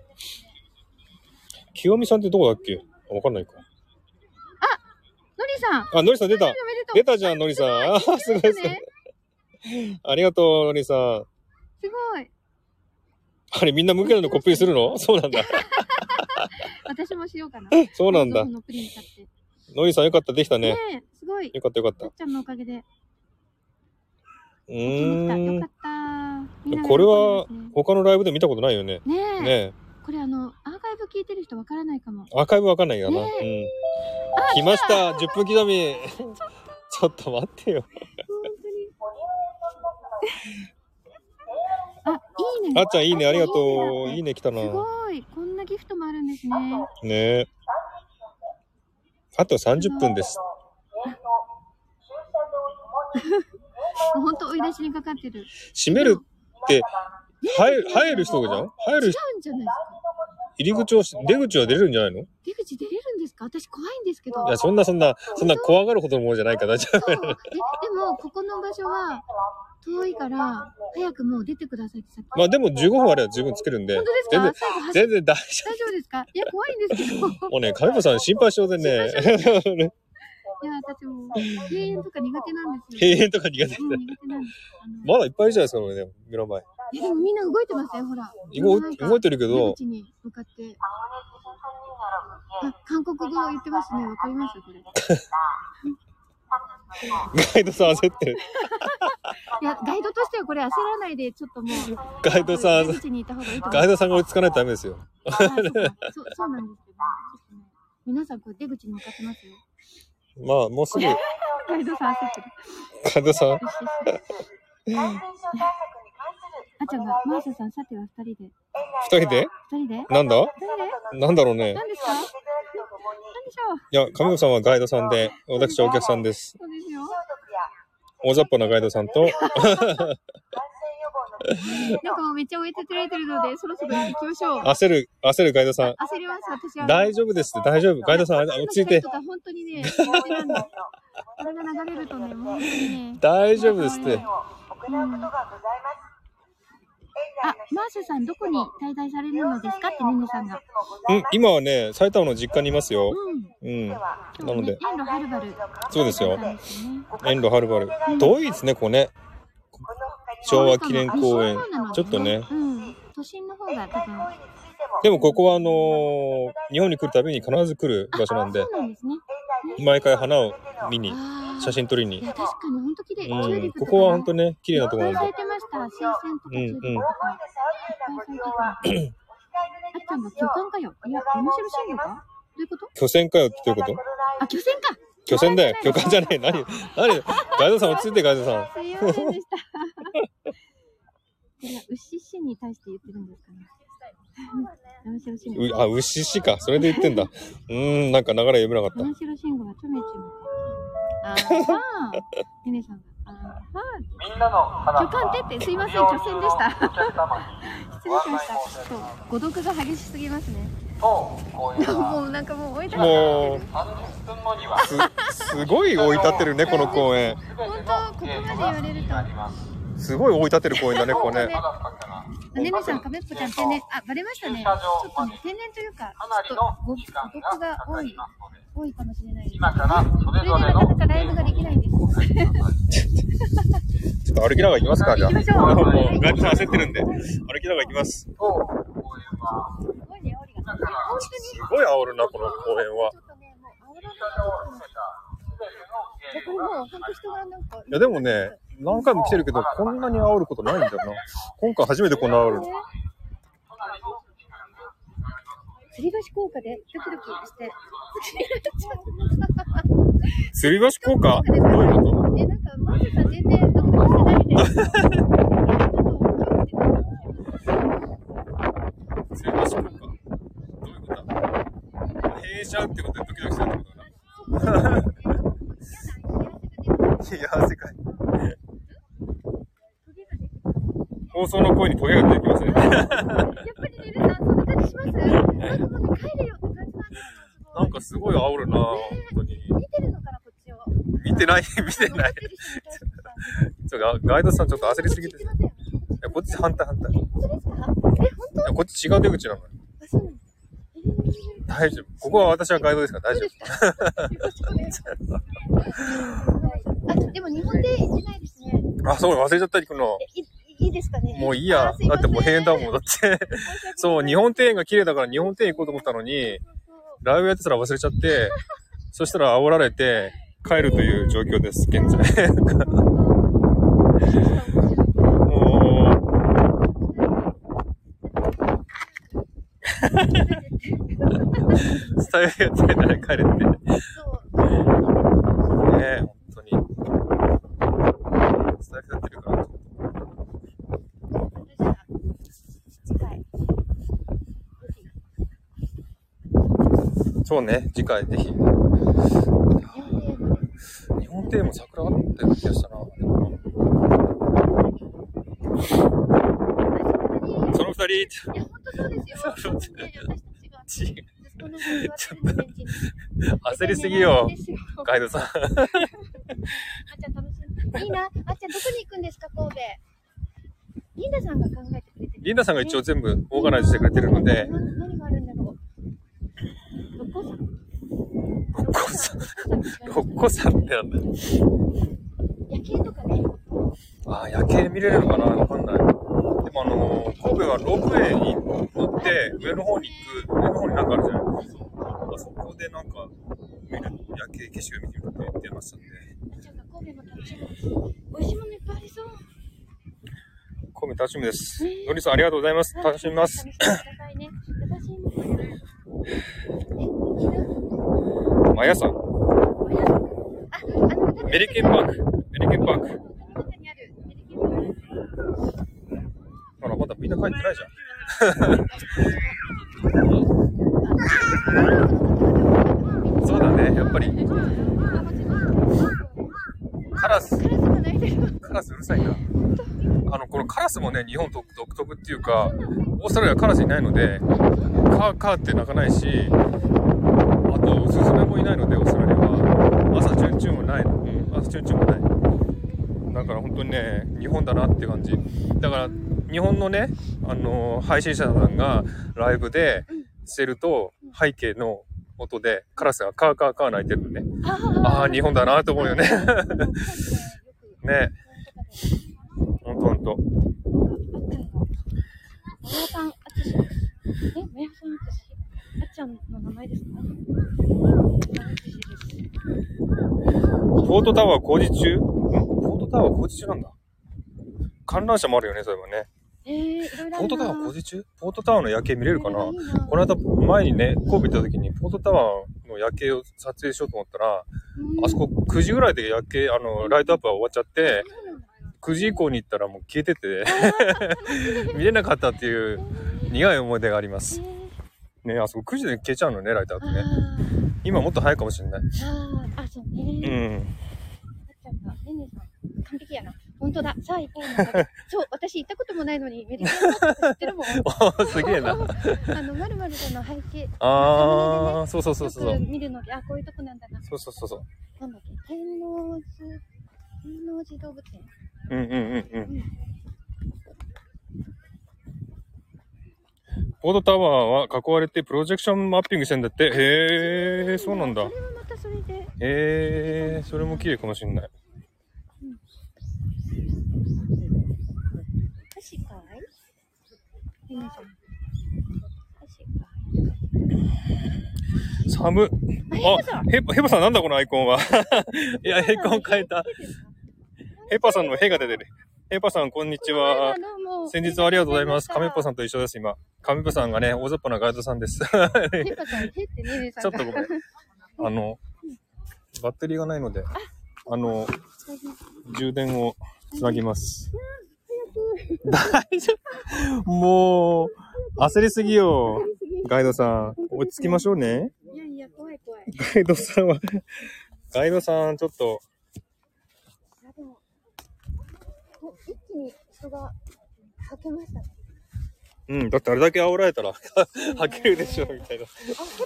Speaker 1: 清美さんってどこだっけあわかんないか。
Speaker 2: のりさん。
Speaker 1: あ、のりさん出た
Speaker 2: おめでとう。
Speaker 1: 出たじゃん、のりさん。あー、すごいすごい。
Speaker 2: ね
Speaker 1: ありがとう、のりさん。
Speaker 2: すごい。
Speaker 1: あれ、みんな麦なのコップにするのそうなんだ。
Speaker 2: 私もしようかな。
Speaker 1: [LAUGHS] そうなんだ
Speaker 2: ロー。ソンのプリン買って
Speaker 1: のりさん、よかった、できた
Speaker 2: ね
Speaker 1: ね。
Speaker 2: え、すごい。
Speaker 1: よかった、よかった。
Speaker 2: た
Speaker 1: う
Speaker 2: っちゃんのおかげで。来ました。
Speaker 1: ー
Speaker 2: よ
Speaker 1: ん
Speaker 2: かっ。た。みんなが喜んでますね
Speaker 1: これは、他のライブで見たことないよね。
Speaker 2: ねえ
Speaker 1: ねえ。
Speaker 2: これあの、アーカイブ聞いてる人わからないかも。
Speaker 1: アーカイブわかんないよな。うん
Speaker 2: ね。
Speaker 1: 来ました、10分刻み。 [LAUGHS] ちょっと待ってよ。
Speaker 2: あ、いいね。
Speaker 1: あっちゃん、いいね、ありがとう。いい
Speaker 2: ね。
Speaker 1: ね、来たな。
Speaker 2: す
Speaker 1: ね
Speaker 2: ごい。こんなギフトもあるんですね。
Speaker 1: え。あと30分です。
Speaker 2: ほんと追い出しにかかってる。
Speaker 1: 閉めるって、入る、入る人じゃん入
Speaker 2: 違
Speaker 1: る人、
Speaker 2: うんじゃないですか。
Speaker 1: 入り口をし、出口は出れるんじゃないのい
Speaker 2: 出口出れるんですか私怖いんですけど。
Speaker 1: や、そんな、そんな、そんな怖がるほどのものじゃないから、大丈
Speaker 2: そう。え、でも、ここの場所は遠いから、早くもう出てくださいってさっき。
Speaker 1: [LAUGHS] 夫。まあでも15分あれば十分つけるんで
Speaker 2: 本当、です
Speaker 1: 全
Speaker 2: か
Speaker 1: 然、
Speaker 2: 最後走
Speaker 1: 全然大丈
Speaker 2: 大丈夫ですかいや、怖いんですけど。
Speaker 1: 夫。もうね、カメさん心配性で [LAUGHS] ね、
Speaker 2: いや、私も、閉園とか苦手なんですよ。
Speaker 1: 閉園とか苦手で
Speaker 2: うん、苦手なんです。あの
Speaker 1: まだいっぱいいるじゃないですか、これね、目の前。
Speaker 2: え、でもみんな動いてますよ、ほら。
Speaker 1: 動
Speaker 2: なん
Speaker 1: い
Speaker 2: か
Speaker 1: 動いてるけど
Speaker 2: 出、口に向かって。あ、韓国語言ってますね。わかりますこれ。い
Speaker 1: ガイドさん焦ってる。
Speaker 2: や、ガイドとしてはこれ焦らないで、ちょっともう。
Speaker 1: ガイドさん
Speaker 2: 出口にいた方がいいと思
Speaker 1: ガ
Speaker 2: い
Speaker 1: イ
Speaker 2: ま
Speaker 1: ド
Speaker 2: す。
Speaker 1: さんが追いつかないとダメですよ。
Speaker 2: あそうかそう、そうなんですけど、ちょっとね皆さん、こう出口に向かってますよ。
Speaker 1: まあ、もうすぐ、ガ
Speaker 2: ガイドさん焦ってる。
Speaker 1: イドさん、
Speaker 2: よしよしあちゃんが、マーサさん、さては二人で。
Speaker 1: 二人で
Speaker 2: 二人で
Speaker 1: なんだ
Speaker 2: 二人で
Speaker 1: なんだろうね。
Speaker 2: 何ですか何でしょう
Speaker 1: いや、上岡さんはガイドさんで、私はお客さんです。
Speaker 2: そうですよ。
Speaker 1: 大雑把なガイドさんと、 [LAUGHS]
Speaker 2: なんかもうめっちゃ追い立てられてるので、そろそろ行きましょう。
Speaker 1: 焦る、焦るガイドさん。
Speaker 2: 焦ります、私は。
Speaker 1: 大丈夫ですって、大丈夫。ガイドさん、あ落ち着いて
Speaker 2: と。か本当にね、苦手なんでこれが流れるとね、もう本当にね。
Speaker 1: 大丈夫ですって。
Speaker 2: あ、マーシャさん、どこに滞在されるのですかって、ねねさんが。
Speaker 1: うん、今はね、埼玉の実家にいますよ。
Speaker 2: う
Speaker 1: う
Speaker 2: ん。
Speaker 1: ん。な
Speaker 2: 今日
Speaker 1: の
Speaker 2: ね
Speaker 1: で、、
Speaker 2: 遠路はるばる。
Speaker 1: そうですよ。
Speaker 2: なんですね
Speaker 1: 遠路はるばる。遠いですね、ここね。昭和記念公園
Speaker 2: あそうなの。
Speaker 1: ちょっとね。
Speaker 2: うん。都心の方が多分。
Speaker 1: でもここはあのー日本に来るたびに必ず来る場所なんで
Speaker 2: そう、なんですね。
Speaker 1: 毎回花を見に、
Speaker 2: あ
Speaker 1: 写真撮り
Speaker 2: ーい
Speaker 1: に。
Speaker 2: や、確かに本当綺麗。チュ
Speaker 1: う
Speaker 2: ーリ
Speaker 1: ん、
Speaker 2: ップ
Speaker 1: こ
Speaker 2: とか
Speaker 1: こは本当ね、綺麗なとこ
Speaker 2: い
Speaker 1: ろ
Speaker 2: っぱい
Speaker 1: な
Speaker 2: 咲
Speaker 1: ん
Speaker 2: い
Speaker 1: で。
Speaker 2: てました。新鮮とかチューリップ
Speaker 1: [LAUGHS]
Speaker 2: とか。あったんだ、巨漢かよ。いや、面白信号かどういうこと
Speaker 1: 巨船かよってどういうこと
Speaker 2: あ、巨船か
Speaker 1: 巨船だよ。巨艦じゃねえ。何何ガイドさん落ち着いて、ガイドさん。
Speaker 2: すいませんでした。 [LAUGHS] これは牛氏に対して言ってるんですかね。面白信号。
Speaker 1: うあ、牛しか。それで言ってんだ。うーん、なんか流れ読めなかっ
Speaker 2: 面白信号はちょめちょめ。あ [LAUGHS] ーはー。ねねさんが。あーは
Speaker 4: みんなの
Speaker 2: ー。巨
Speaker 4: 花
Speaker 2: 漢ってって、すいません、巨船でした。
Speaker 4: お客様に
Speaker 2: 失礼しました。ちょっと、誤読が激しすぎますね。
Speaker 4: 当公
Speaker 2: [LAUGHS]
Speaker 4: 園は
Speaker 2: もうなんかもう追い立
Speaker 4: [LAUGHS]
Speaker 1: た。
Speaker 2: てられて
Speaker 1: も
Speaker 2: る。
Speaker 4: 30分後には
Speaker 1: う、す、すごい追い立てるね、この公園。
Speaker 4: 全て
Speaker 2: 本当、
Speaker 4: の
Speaker 2: ここ
Speaker 4: ゲー
Speaker 2: ま
Speaker 4: ム
Speaker 2: で言われ
Speaker 4: が
Speaker 2: ると。
Speaker 4: あります。
Speaker 1: すごい追い立てる公園だね、ここね。
Speaker 4: まだ深くが
Speaker 2: ねねさん、亀っぽちゃん天然。あ、バレましたね。ちょっとね、天然というか、
Speaker 4: かな
Speaker 2: ちょ
Speaker 4: り
Speaker 2: っ
Speaker 4: の
Speaker 2: とご、
Speaker 4: 時間
Speaker 2: 誤読
Speaker 4: が
Speaker 2: が
Speaker 4: か
Speaker 2: 多
Speaker 4: かり
Speaker 2: い、
Speaker 4: ますので、
Speaker 2: 多いかもしれないです。
Speaker 4: 今からそ
Speaker 2: そ
Speaker 4: れ
Speaker 2: れでは
Speaker 4: ぞれ
Speaker 2: な
Speaker 4: の
Speaker 2: かなかライブができないです。
Speaker 1: ちょっと歩きながら行きますか、じゃあ。
Speaker 2: 行きましょう
Speaker 1: もうガイドさん焦ってるんで、歩きながら行きます。す
Speaker 4: 当公園は
Speaker 2: すごいね、煽りが。
Speaker 4: 今から
Speaker 1: ごい煽るな、この公園は
Speaker 2: ち。ょっとね、もう煽
Speaker 4: 駐
Speaker 2: ら
Speaker 4: 車場を含めた全
Speaker 2: れ
Speaker 4: て
Speaker 2: これ
Speaker 4: の
Speaker 2: も
Speaker 4: ゲームが
Speaker 2: う本当人がなんか。
Speaker 1: いや、でもね、何回も来てるけど、こんなに煽ることないんだよな。今回初めてこんな煽る。
Speaker 2: 吊り橋効果でドキドキして。
Speaker 1: 吊り橋効果どういうこと
Speaker 2: え、なんか、マーシャさん全然ドキドキしてないんで。ちょっと驚いてた
Speaker 1: 吊り橋効果どういうことだ閉ちゃうってことでドキドキするってことだないや世界放送の声にトゲが出てきますね
Speaker 2: やっぱりね、ルナ、そんな感じしますなんかもうね、帰れよって感じなんですよ。
Speaker 1: なんかすごい煽るな本当に
Speaker 2: 見てるのかな、こっちを。
Speaker 1: 見てない見てないちょっとガイドさんちょっと焦りすぎてい
Speaker 2: すいません。
Speaker 1: やこっち反対反対い
Speaker 2: 本当ですか
Speaker 1: やこっち違う出口なのよ
Speaker 2: あ、そうなんです。えー
Speaker 1: 大丈夫ここは私はガイドですから大
Speaker 2: そう
Speaker 1: 丈
Speaker 2: で
Speaker 1: 夫
Speaker 2: すか。よろしくお願いします。あ、でも日本でいけないですね。
Speaker 1: あそう忘れちゃったりくの
Speaker 2: えいいいですかね。
Speaker 1: もういいや
Speaker 2: あすい
Speaker 1: だ
Speaker 2: ま
Speaker 1: っ
Speaker 2: せ
Speaker 1: て
Speaker 2: ん
Speaker 1: もう閉園だもんだって [LAUGHS] そう、日本庭園が綺麗だから日本庭園行こうと思ったのに、ライブやってたら忘れちゃって、そしたら煽られて、帰るという状況です、現在。 [LAUGHS] もう、スタイルやってないから帰れって。ねえ、本当に。スタイルやってるから。そうね、次回ぜひ。日本庭園も桜あったような気がしたな。その二人
Speaker 2: いや、本当そうですよ。本当にね私た
Speaker 1: [LAUGHS]
Speaker 2: ちが
Speaker 1: ち
Speaker 2: ずっとなんか座ってるのベンチに
Speaker 1: 焦りすぎよ
Speaker 2: 絶対
Speaker 1: ガイ
Speaker 2: 狙われて、しまう
Speaker 1: ドさん。
Speaker 2: あっちゃん楽しみ。いいな。あっちゃんどこに行くんですか、神戸。リンダさんが考えてくれてる。
Speaker 1: リンダさんが一応全部オーガナイズしてくれてるので、
Speaker 2: な何があるんだろう。六甲山。
Speaker 1: 六甲山、
Speaker 2: 六甲
Speaker 1: 六甲山ってなんだよ。
Speaker 2: 山夜景とかね。
Speaker 1: ああ、夜景見れるのかなわかんない。でもあのー、神戸はロープウェイに乗って、上の方に行く、上の方になんかあるじゃないあそこでなんか、見る、夜景景色を見てみるって言ってましたんで、
Speaker 2: あっちゃんが神戸も楽しみです。美味しいものいっぱいありそう。
Speaker 1: 神戸楽しみです。のりさんありがとうございます。楽しみます
Speaker 2: 楽。しんでくださいね。私今から。え、昨日
Speaker 1: マヤさん、
Speaker 2: 親族あ、あの、私
Speaker 1: メリケンパーク、メリケンパーク。
Speaker 2: の中にあるメリケンパーク。
Speaker 1: ほら、まだみんな帰ってないじゃん。そうだね、やっぱり。カラス。
Speaker 2: カラスが鳴いて
Speaker 1: ラスうるさいな。あの、このカラスもね、日本独独特っていうか、オーストラリアはカラスいないので、カーカーって鳴かないし、あと、スズメもいないので、オーストラリアは。朝チュンチュンもない。うん、朝チュンチュンもない。だから本当にね、日本だなっていう感じ。だから、日本のね、あの、配信者さんがライブでしてると、背景の音でカラスがカーカーカー鳴いてるのね。ああ、日本だなと思うよね。 [LAUGHS] ね。ほんとほんと。
Speaker 2: 親さん、あつし。え、親さん、あつし。あっちゃんの名前ですか。あつしです。
Speaker 1: ポートタワー工事中んポートタワー工事中なんだ。観覧車もあるよね、そういえばね。
Speaker 2: えー、いろいろあ
Speaker 1: ポー
Speaker 2: る
Speaker 1: ト
Speaker 2: な。
Speaker 1: タワー工事中ポートタワーの夜景見れるかな
Speaker 2: これがいいな
Speaker 1: この間、前にね、神戸行った時に、ポートタワーの夜景を撮影しようと思ったら、あそこ9時ぐらいで夜景、あの、ライトアップが終わっちゃって、9時以降に行ったらもう消えて [LAUGHS] て、見れなかったっていう苦い思い出があります。ね、あそこ9時で消えちゃうのね、ライトアップ
Speaker 2: あ
Speaker 1: ね。今もっと早いかもしれない。
Speaker 2: ーあー、あ、そうね。
Speaker 1: うん。
Speaker 2: あっちゃんが、ねんねさん、完璧やな。本当だ。さあ、行こうなんだ。そう、私行ったこともないのに、メディカルって知ってるもん。
Speaker 1: おー [LAUGHS] すげえな。
Speaker 2: あの、まるまるさんの背景。
Speaker 1: あー、そうそうそ
Speaker 2: よ
Speaker 1: うそう
Speaker 2: く。見るので、あ、こういうとこなんだな。
Speaker 1: そうそうそうそう。
Speaker 2: なんだっけ、天王寺、天王寺動物園。
Speaker 1: うんうんうんうん。ポートタワーは囲われてプロジェクションマッピングしてんだって。へえ、そうなんだ。
Speaker 2: それはまたそれで。
Speaker 1: へえ、それも綺麗かもしれない。
Speaker 2: 確かい皆さん。確か
Speaker 1: 寒っ。あ、ヘパ、ヘパさんなんだこのアイコン [LAUGHS] は。いや、
Speaker 2: い
Speaker 1: アイコン変えた。ヘパさんのヘが出てる。ヘパさん、こんにちは。先日はありがとうございます。カメッパ
Speaker 2: さ
Speaker 1: さんと一緒です、今。カメッパさんがね、大雑把なガイドさんです。
Speaker 2: ん。ヘッパさん、ヘってね、皆さ
Speaker 1: ちょ
Speaker 2: ん
Speaker 1: っ
Speaker 2: が。
Speaker 1: とごめん。あの、バッテリーがないので、あの、充電をつなぎます。大丈夫もう、焦りすぎよ。ガイドさん、落ち着きましょうね。
Speaker 2: いやいや、怖い怖い。
Speaker 1: ガイドさんは、ガイドさん、ちょっと、
Speaker 2: いやでも、お一気に人が吐けましたね。
Speaker 1: うん、だってあれだけ煽られたら、吐けるでしょ、みたいな。
Speaker 2: あ、ヘッパ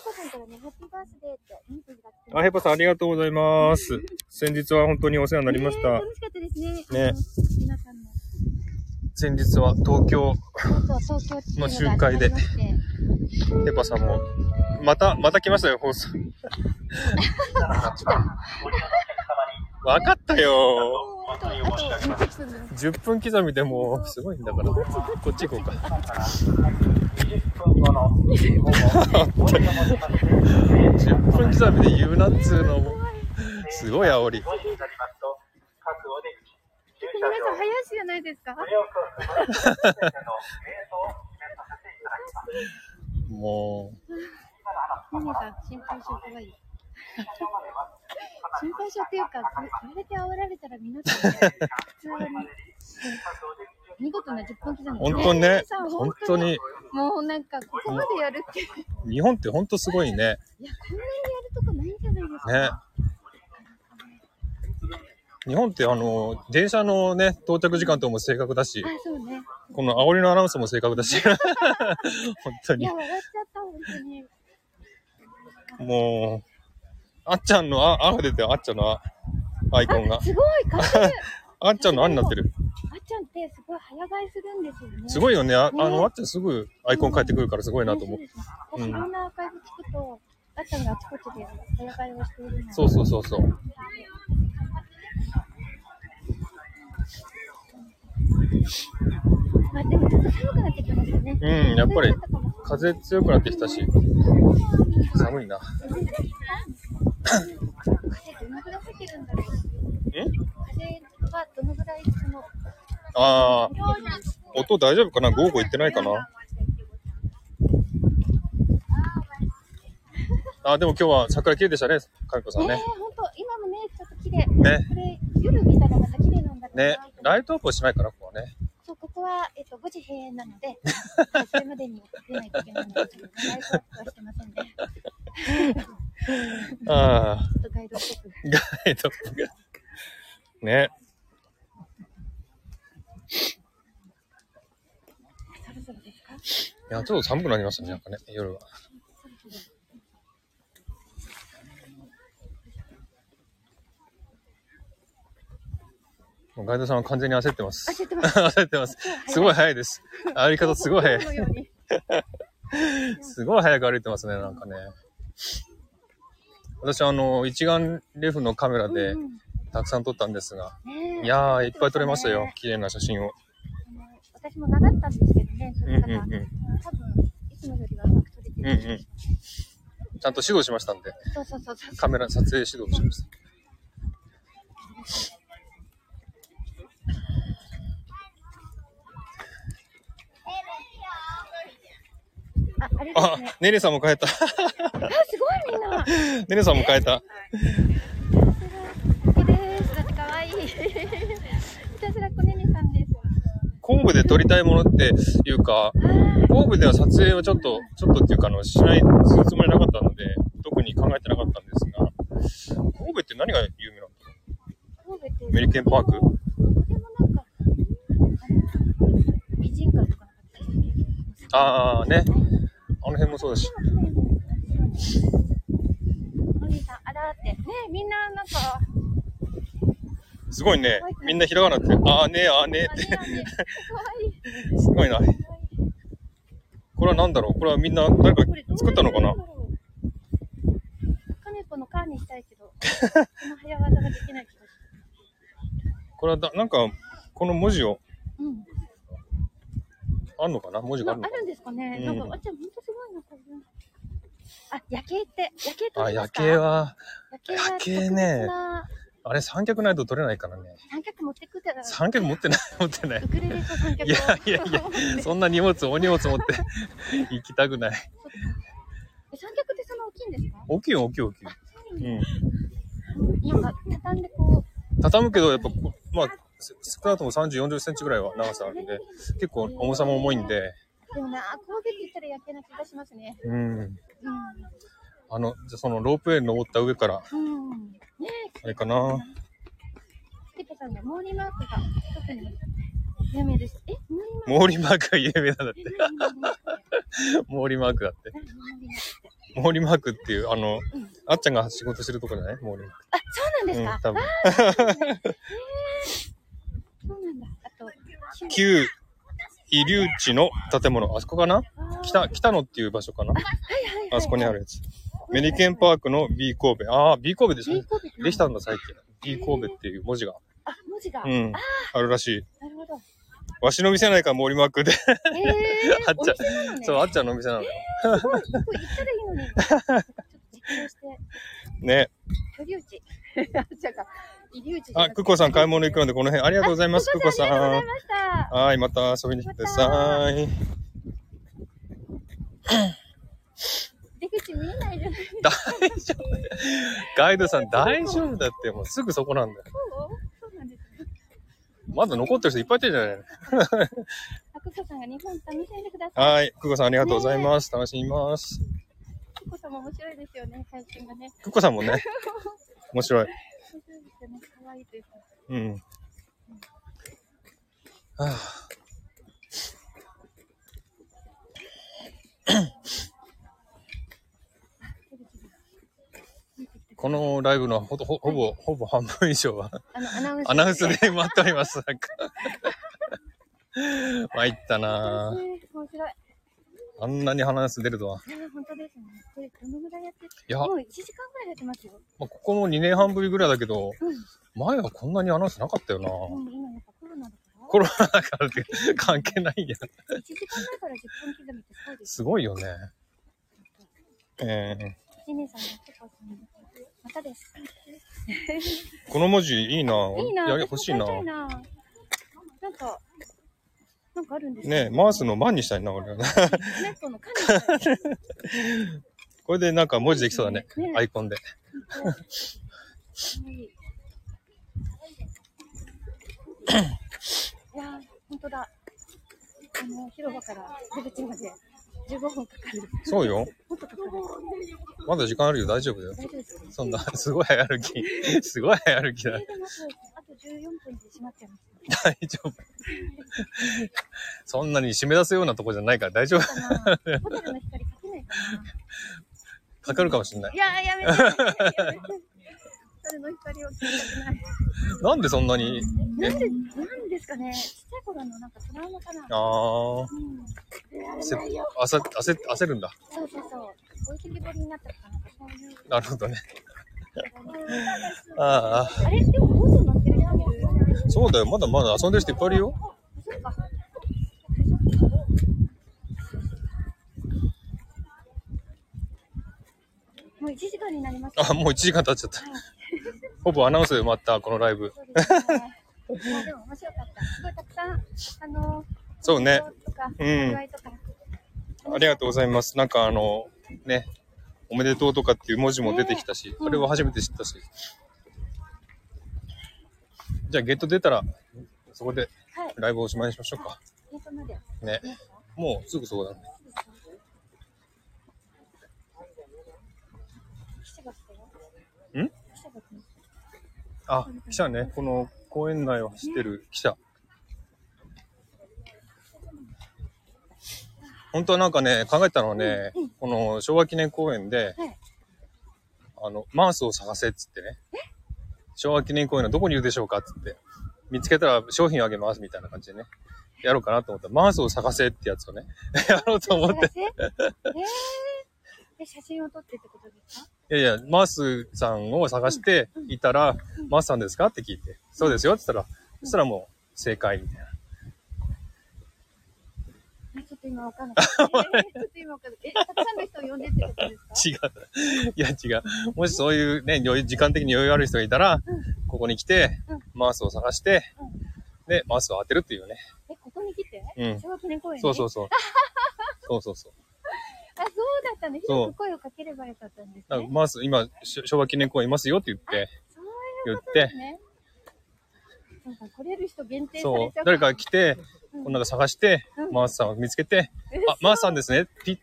Speaker 2: さんからね、ハッピーバースデーってメッセージが来て
Speaker 1: あ、ヘパさんありがとうございます。先日は本当にお世話になりました。
Speaker 2: 楽しかったです
Speaker 1: ね
Speaker 2: ね。あの皆さんの。
Speaker 1: 先日は東京、
Speaker 2: そうそう、東京っていうのが集まりまして。
Speaker 1: ヘパさんも、また、また来ましたよ、放送。わかったよ
Speaker 2: あと、あと、20分です。
Speaker 1: 10分刻みでもうすごいんだからこっち行こうか10分刻みで言うなっつうのもすごい煽り
Speaker 4: 皆さん早足じゃないですか
Speaker 1: も [LAUGHS]
Speaker 2: ミミさん、心配性怖い。心配性っていうか、これこれだけ煽られたら皆さん、普通に、見事な10分刻み。
Speaker 1: う本当にね
Speaker 2: ミミさん
Speaker 1: 本当。に
Speaker 2: もうなんか、ここまでやるって。いや、
Speaker 1: 日本って本当すごいね
Speaker 2: こんなにやるとこないんじゃないですか。
Speaker 1: ね日本ってあの電車のね到着時間とも正確だし
Speaker 2: あ、そうね。
Speaker 1: この煽りのアナウンスも正確だ
Speaker 2: [LAUGHS]
Speaker 1: し本当
Speaker 2: い
Speaker 1: に
Speaker 2: や、笑っちゃった、本当に。
Speaker 1: もうあっちゃんのああが出てあっちゃんのあアイコンが
Speaker 2: あ、すごい、かっこいい。
Speaker 1: あっちゃんのあになってる
Speaker 2: あっちゃんってすごい早替えするんですよね。
Speaker 1: すごいよね。あ
Speaker 2: ね
Speaker 1: あの、あっちゃんすぐアイコン変えてくるからすごいなと思う。
Speaker 2: う。
Speaker 1: うん
Speaker 2: 私、いろんなアーカイブ聞くと、あっちゃんがあちこちで早替えをしているの。
Speaker 1: そうそうそうそう。
Speaker 2: まあ、でもちょっと寒くなってきましたね。
Speaker 1: うん、やっぱり
Speaker 2: 寒かたかも
Speaker 1: 風強くなってきたし、寒いな。
Speaker 2: 風どのぐらい吹いてるんだろう。
Speaker 1: え
Speaker 2: 風はどのぐらいその。
Speaker 1: あー、音大丈夫かなゴーゴー言ってないかなあー、でも今日は桜綺麗でしたね、かみこさん
Speaker 2: ねえ、
Speaker 1: ね。
Speaker 2: ほんと、今もね、ちょっと綺麗。
Speaker 1: ね、
Speaker 2: これ、夜見たらまた綺麗なんだろうな
Speaker 1: ね、ライトアップはしないかな、ここはね。
Speaker 2: そう、ここは、えっと、5時閉園なので、それまでに出ないといけないので、ちょっとライトアップはしてませんね。
Speaker 1: あ [LAUGHS]
Speaker 2: ちょっとガイドっぽく。
Speaker 1: ー、ライトアップが。ね。いや、ちょっと寒くなりましたね、なんかね、夜は。もうガイドさんは完全に焦ってます。 [LAUGHS] 焦ってます。焦ってます。すごい早いです。歩り方すごい早い。 [LAUGHS] すごい早く歩いてますね、なんかね。私、あの、一眼レフのカメラでたくさん撮ったんですが、いやー、いっぱい撮れましたよ。綺麗な写真を。
Speaker 2: 私も習ったんですけどね、そ
Speaker 1: うん
Speaker 2: れ
Speaker 1: うん
Speaker 2: から、
Speaker 1: うん。
Speaker 2: 多分いつもよりはうまく撮れ
Speaker 1: う
Speaker 2: て
Speaker 1: ん
Speaker 2: る。
Speaker 1: うん。ちゃんと指導しましたんで、
Speaker 2: そうそうそうそう。
Speaker 1: カメラ撮影指導しました。
Speaker 2: あ、あれで
Speaker 1: あ
Speaker 2: すね。、
Speaker 1: ねねさんも変えた。 [LAUGHS]
Speaker 2: あ、すごいみんな。
Speaker 1: ねねさんも変えた。
Speaker 2: これです。だって可愛い。ひたすらこねねさんです。
Speaker 1: 神戸で撮りたいものっていうか、神戸では撮影はちょっと、ちょっとっていうか、あの、しない、するつもりなかったので、特に考えてなかったんですが、神戸って何が有名なの
Speaker 2: 神戸って。
Speaker 1: メリケンパーク
Speaker 2: これもなんか、あの美人館とかなかったですね。
Speaker 1: あーね。あの辺もそうだし。
Speaker 2: お兄さん、あらーって。ねみんななんか、
Speaker 1: すごいね。みんなひらがなって、あーねあーね
Speaker 2: あ
Speaker 1: っ
Speaker 2: れ
Speaker 1: て。
Speaker 2: なんで、可愛い。
Speaker 1: すごいな。これは何だろうこれはみんな誰か
Speaker 2: これどう
Speaker 1: 作ったのかな
Speaker 2: カネコのカーにしたいけど、その早技ができない気がす
Speaker 1: これはだ、なんか、この文字を、
Speaker 2: る。うん。
Speaker 1: あんのかな文字があ
Speaker 2: あ
Speaker 1: るのか
Speaker 2: るんですかね、
Speaker 1: うん
Speaker 2: なんか、あっちゃん、ほんとすごいな、これ。あ、夜景って、夜景
Speaker 1: な
Speaker 2: 撮
Speaker 1: あ、
Speaker 2: りま
Speaker 1: 夜
Speaker 2: すか
Speaker 1: 景。は、
Speaker 2: 夜景は
Speaker 1: 夜景ね
Speaker 2: 特別な
Speaker 1: あれ三脚ないと撮れないからね。
Speaker 2: 三脚持ってくってなら、
Speaker 1: 三脚持ってない、持ってない
Speaker 2: ウ。クレレと三脚を。
Speaker 1: いやい
Speaker 2: [LAUGHS]
Speaker 1: やいや [LAUGHS] そんな荷物、お荷物持って [LAUGHS] 行きたくない。
Speaker 2: え三脚ってそんな大きいんですか
Speaker 1: 大きいよ、大きいよ、大きいよ。う
Speaker 2: なんか、畳んでこ
Speaker 1: ん。畳むけど、やっぱこ、まあ、す少なくとも30、40センチぐらいは長さあるんで、結構重さも重いんで、
Speaker 2: う、でもな、神戸って言ったら夜景な気がしますね。
Speaker 1: うん。
Speaker 2: うん。
Speaker 1: あの、じゃあそのロープウェイに登った上から、
Speaker 2: うん。ねえ、
Speaker 1: あれかな。
Speaker 2: ピペさんがモーリーマークが特に有名です。え、モーリーマー
Speaker 1: モーリーマー
Speaker 2: ク
Speaker 1: クが有名なんだって。
Speaker 2: 有名なんですね
Speaker 1: モーリーマークだって。
Speaker 2: 何モー
Speaker 1: モーリ
Speaker 2: リーマーク
Speaker 1: ーマークっていう、あの、あっちゃんが仕事してるとこじゃないモーリーマーク。
Speaker 2: あ、そうなんです
Speaker 1: うん
Speaker 2: か、、
Speaker 1: 多分。
Speaker 2: そうなんだ。あと、
Speaker 1: 旧、遺留地の建物、あそこかな
Speaker 2: あー
Speaker 1: 北、北野っていう場所かな
Speaker 2: はいはいはい。
Speaker 1: あそこにあるやつ。メリケンパークの B 神戸。ああ、B 神戸でしょ
Speaker 2: B 神戸
Speaker 1: できたんだ、最近。B 神戸っていう文字が。
Speaker 2: あ、文字が。
Speaker 1: うん。あるらしい。
Speaker 2: な
Speaker 1: [LAUGHS]
Speaker 2: るほど。
Speaker 1: わしの店ないから森マークで。
Speaker 2: ええー、
Speaker 1: あっちゃん
Speaker 2: お
Speaker 1: [LAUGHS]
Speaker 2: 店なのね。
Speaker 1: そう、あっちゃんのお店なのよ。
Speaker 2: ここ行ったらいいのに。ちょっと実況して、
Speaker 1: ね。
Speaker 2: 居留地。あっちゃんが、居留地じゃ
Speaker 1: あ、
Speaker 2: なくて。
Speaker 1: クッコさん買い物行くので、この辺ありがとうございます。クッコさ
Speaker 2: ありがとうござ
Speaker 1: ん
Speaker 2: い。ました。
Speaker 1: はい、また遊びに来てください。
Speaker 2: 出口見えないじゃないです
Speaker 1: 大丈夫。ガイドさん大丈夫だって、もうすぐそこなんだよ。
Speaker 2: か。そうなんです。
Speaker 1: まだ残ってる人いっぱいいてるじゃない
Speaker 2: あ、くこさんが日本楽しんでください。
Speaker 1: はい、クッコさんありがとうございます。楽しみます。
Speaker 2: くこさんも面白いですよね、最近がね。
Speaker 1: クッコさんも [LAUGHS] ね、面白い。
Speaker 2: 面白いですよね、可愛いというか。
Speaker 1: うん。はあこのライブのほとほほぼ、ほぼ半分以上は
Speaker 2: あの、アナウンス。
Speaker 1: アナウンスで待っております。なんか参ったなぁ
Speaker 2: 面白い。
Speaker 1: あんなにアナウンス出るとは。
Speaker 2: ね本当ですね。これどのぐらいやってる
Speaker 1: いや、ま
Speaker 2: もう1時間ぐらいやってますよ。
Speaker 1: あ、ここも2年半ぶりぐらいだけど、
Speaker 2: うん
Speaker 1: 前はこんなにアナウンスなかったよな
Speaker 2: もう今やっぱコロナだから。
Speaker 1: コロナだからって関係ないや。
Speaker 2: 1時間前から10分刻みってすごいです
Speaker 1: すごいよね。えー
Speaker 2: よ。ジネさんが結構その、またです。
Speaker 1: この文字いいなぁ
Speaker 2: いいな。
Speaker 1: やり欲しいな
Speaker 2: 私も買
Speaker 1: ぁ
Speaker 2: たな。なんか、なんかあるんです
Speaker 1: ねえ、マウスのマンにしたいな、俺。
Speaker 2: マットの管理みたいな
Speaker 1: [LAUGHS] これでなんか文字できそうだね。
Speaker 2: ねえ
Speaker 1: アイコンで。
Speaker 2: 可愛い。いやー、本当だ。あの、広場から出口まで15分かかる。
Speaker 1: そうよ。
Speaker 2: もっとかかる。
Speaker 1: まだ時間あるよ、大丈夫だよ。
Speaker 2: 大丈夫ですよね。
Speaker 1: そんな、 [LAUGHS] すごい早歩き。すごい早歩き [LAUGHS]
Speaker 2: そ
Speaker 1: だ
Speaker 2: れ。でまず、あと14分で閉まっちゃいます。
Speaker 1: 大丈夫。 [LAUGHS] そんなに締め出すようなとこじゃないから大丈夫。
Speaker 2: かな。ホテルの光かけないかな。
Speaker 1: かかるかもしんない。
Speaker 2: いやー、やめて。やめてそれの光を聞きたくない。
Speaker 1: なんでそんなに。
Speaker 2: なんで、なんですかね。ちっちゃい頃のなんかトラウマかな。
Speaker 1: あー、
Speaker 2: うん。
Speaker 1: せ焦焦焦るんだ。
Speaker 2: そうそうそう。置いてけぼりになったとか、なんかそういう。
Speaker 1: なるほどね。
Speaker 2: あ
Speaker 1: ああ、
Speaker 2: れでも、ボート乗ってる人もいる。
Speaker 1: そうだよ。まだまだ遊んでる人いっぱいいるよ。
Speaker 2: そうか。もう1時間になりました。
Speaker 1: あ、もう1時間経っちゃった。 [LAUGHS] ほぼアナウンスで埋まった、このライブ。
Speaker 2: そうですね。まあでも面白かった。すごいたくさん、あの、
Speaker 1: そうね。
Speaker 2: とか、
Speaker 1: うん
Speaker 2: お祝いとか、
Speaker 1: ありがとうございます。なんかあの、ね、おめでとうとかっていう文字も出てきたし、それを初めて知ったし。じゃあゲット出たら、そこで
Speaker 2: はい
Speaker 1: ライブをおしまいにしましょうか。
Speaker 2: イベントまで。
Speaker 1: ね。もうすぐそこだね。
Speaker 2: 7月だよ。
Speaker 1: ん
Speaker 2: ?7 月に。
Speaker 1: あ、記者ね。この公園内を走ってる記者。本当はなんかね、考えたのはね、この昭和記念公園で、
Speaker 2: はい
Speaker 1: あの、マウスを探せっつってね、昭和記念公園のどこにいるでしょうかっつって、見つけたら商品をあげますみたいな感じでね、やろうかなと思った。マウスを探せってやつをね、 [LAUGHS] やろうと思って
Speaker 2: [LAUGHS] 探。せえー、で、写真を撮ってってことですか
Speaker 1: いやいや、マースさんを探していたら、マースさんですかって聞いて、そうですよって言ったら、そしたらもう正解みたいな。
Speaker 2: あちょっと今わかんなかった。えー、ちょっと今わかんない。え、たくさんの人を呼んでってことですか
Speaker 1: 違う。いや違う。もしそういうね、余裕時間的に余裕ある人がいたら、ここに来て
Speaker 2: うん、
Speaker 1: マースを探して、で、マースを当てる [LAUGHS] っていうね。
Speaker 2: え、ここに来て
Speaker 1: うん
Speaker 2: 昭和記念公園に
Speaker 1: そうそう
Speaker 2: [LAUGHS]
Speaker 1: そう。そうそうそう。
Speaker 2: あ、そうだったんで、ひ
Speaker 1: そう
Speaker 2: どく声をかければよかったんです
Speaker 1: だから
Speaker 2: ね。
Speaker 1: マース、今、し昭和記念公園いますよって言って、
Speaker 2: そう
Speaker 1: 言って
Speaker 2: です、ね。なんか来れる人限定さ
Speaker 1: そ
Speaker 2: れ
Speaker 1: う
Speaker 2: ちゃ、う。
Speaker 1: 誰か来て、こんなの探して
Speaker 2: う、ん
Speaker 1: マースさんを見つけて、あ、マースさんですね、ピッ。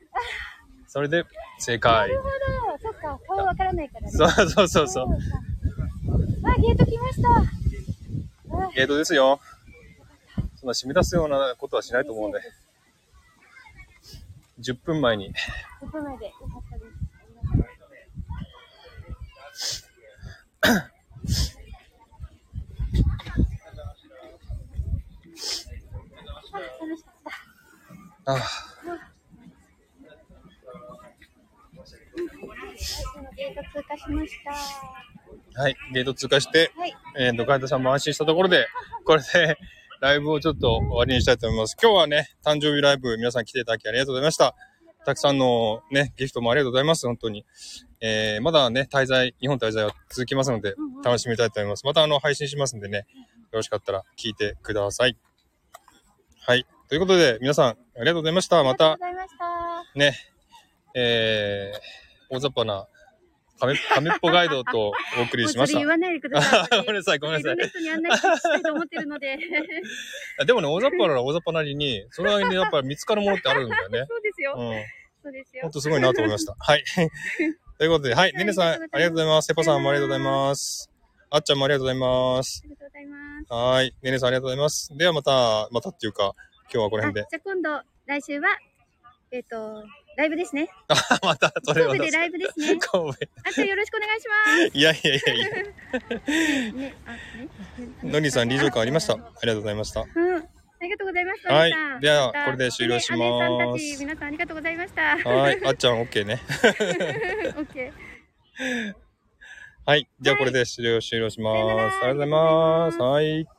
Speaker 1: それで、正解。
Speaker 2: なるほど。そっか、顔わからないからね。
Speaker 1: そうそうそうそう。
Speaker 2: あ、ゲート来ました。あ
Speaker 1: ゲートですよ。そんな締め出すようなことはしないと思うんで。10分前に。
Speaker 2: 国内でよかったです。あ楽しかった。
Speaker 1: ああ
Speaker 2: そのゲート通過しました。は
Speaker 1: はい、ゲート通過して、
Speaker 2: い。
Speaker 1: えー、ドカンタさんも安心したところで、これでライブをちょっと終わりにしたいと思います。今日はね、誕生日ライブ皆さん来ていただきありがとうございました。たくさんのね、ギフトもありがとうございます、本当に。えー、まだね、滞在、日本滞在は続きますので、楽しみたいと思います。またあの、配信しますんでね、よろしかったら聞いてください。はい。ということで、皆さん、ありがとうございました。ま
Speaker 2: あ
Speaker 1: た
Speaker 2: りがとうご、ざいました。
Speaker 1: ね、えー、大雑把な亀、亀っぽガイドとお送りしまし
Speaker 6: もうそれ言。
Speaker 1: た
Speaker 6: わないでください。
Speaker 1: [LAUGHS] ごめんなさい、ごめんなさ
Speaker 6: ろ
Speaker 1: い
Speaker 6: ん。な人に案内したいと思ってるの
Speaker 1: [LAUGHS]
Speaker 6: で。
Speaker 1: あでもね、大雑把なら大雑把なりに、それなりにやっぱり見つかるものってあるんだよね。
Speaker 6: そうですよ。
Speaker 1: う
Speaker 6: そうです
Speaker 1: ん。
Speaker 6: よ
Speaker 1: ほん。とすごいなと思いました。はい。 [LAUGHS] ということで、はい。ねねさん、ありがとうございます。セパさんもありがとうございます。あっちゃんもありがとうございます
Speaker 6: あ。りがとうございます。
Speaker 1: はーい。ねねさんありがとうございます。ではまた、またっていうか、今日はこの
Speaker 6: あ
Speaker 1: 辺
Speaker 6: じゃ
Speaker 1: で。
Speaker 6: あ今度、来週は、えっ、と、ライブですね。
Speaker 1: あ、 [LAUGHS] また、それは
Speaker 6: 神戸で
Speaker 1: また。
Speaker 6: ライブですね。
Speaker 1: 神
Speaker 6: あとよろしくお願いしま
Speaker 1: 戸。いやいやいやいや。
Speaker 6: す。ね、あ、ね。
Speaker 1: のりさん、臨場感ありました。ありがとうございました。
Speaker 6: うん。ありがとうございました。
Speaker 1: はい
Speaker 6: 皆さん
Speaker 1: では
Speaker 6: また
Speaker 1: これで終了します
Speaker 6: ね姉さんたち、皆さんありがとうございました。
Speaker 1: はい。あっちゃん、OK ね。
Speaker 6: [LAUGHS] オッケー。
Speaker 1: はい。じゃあこれで終了、終了します。ありがとうございます。はい。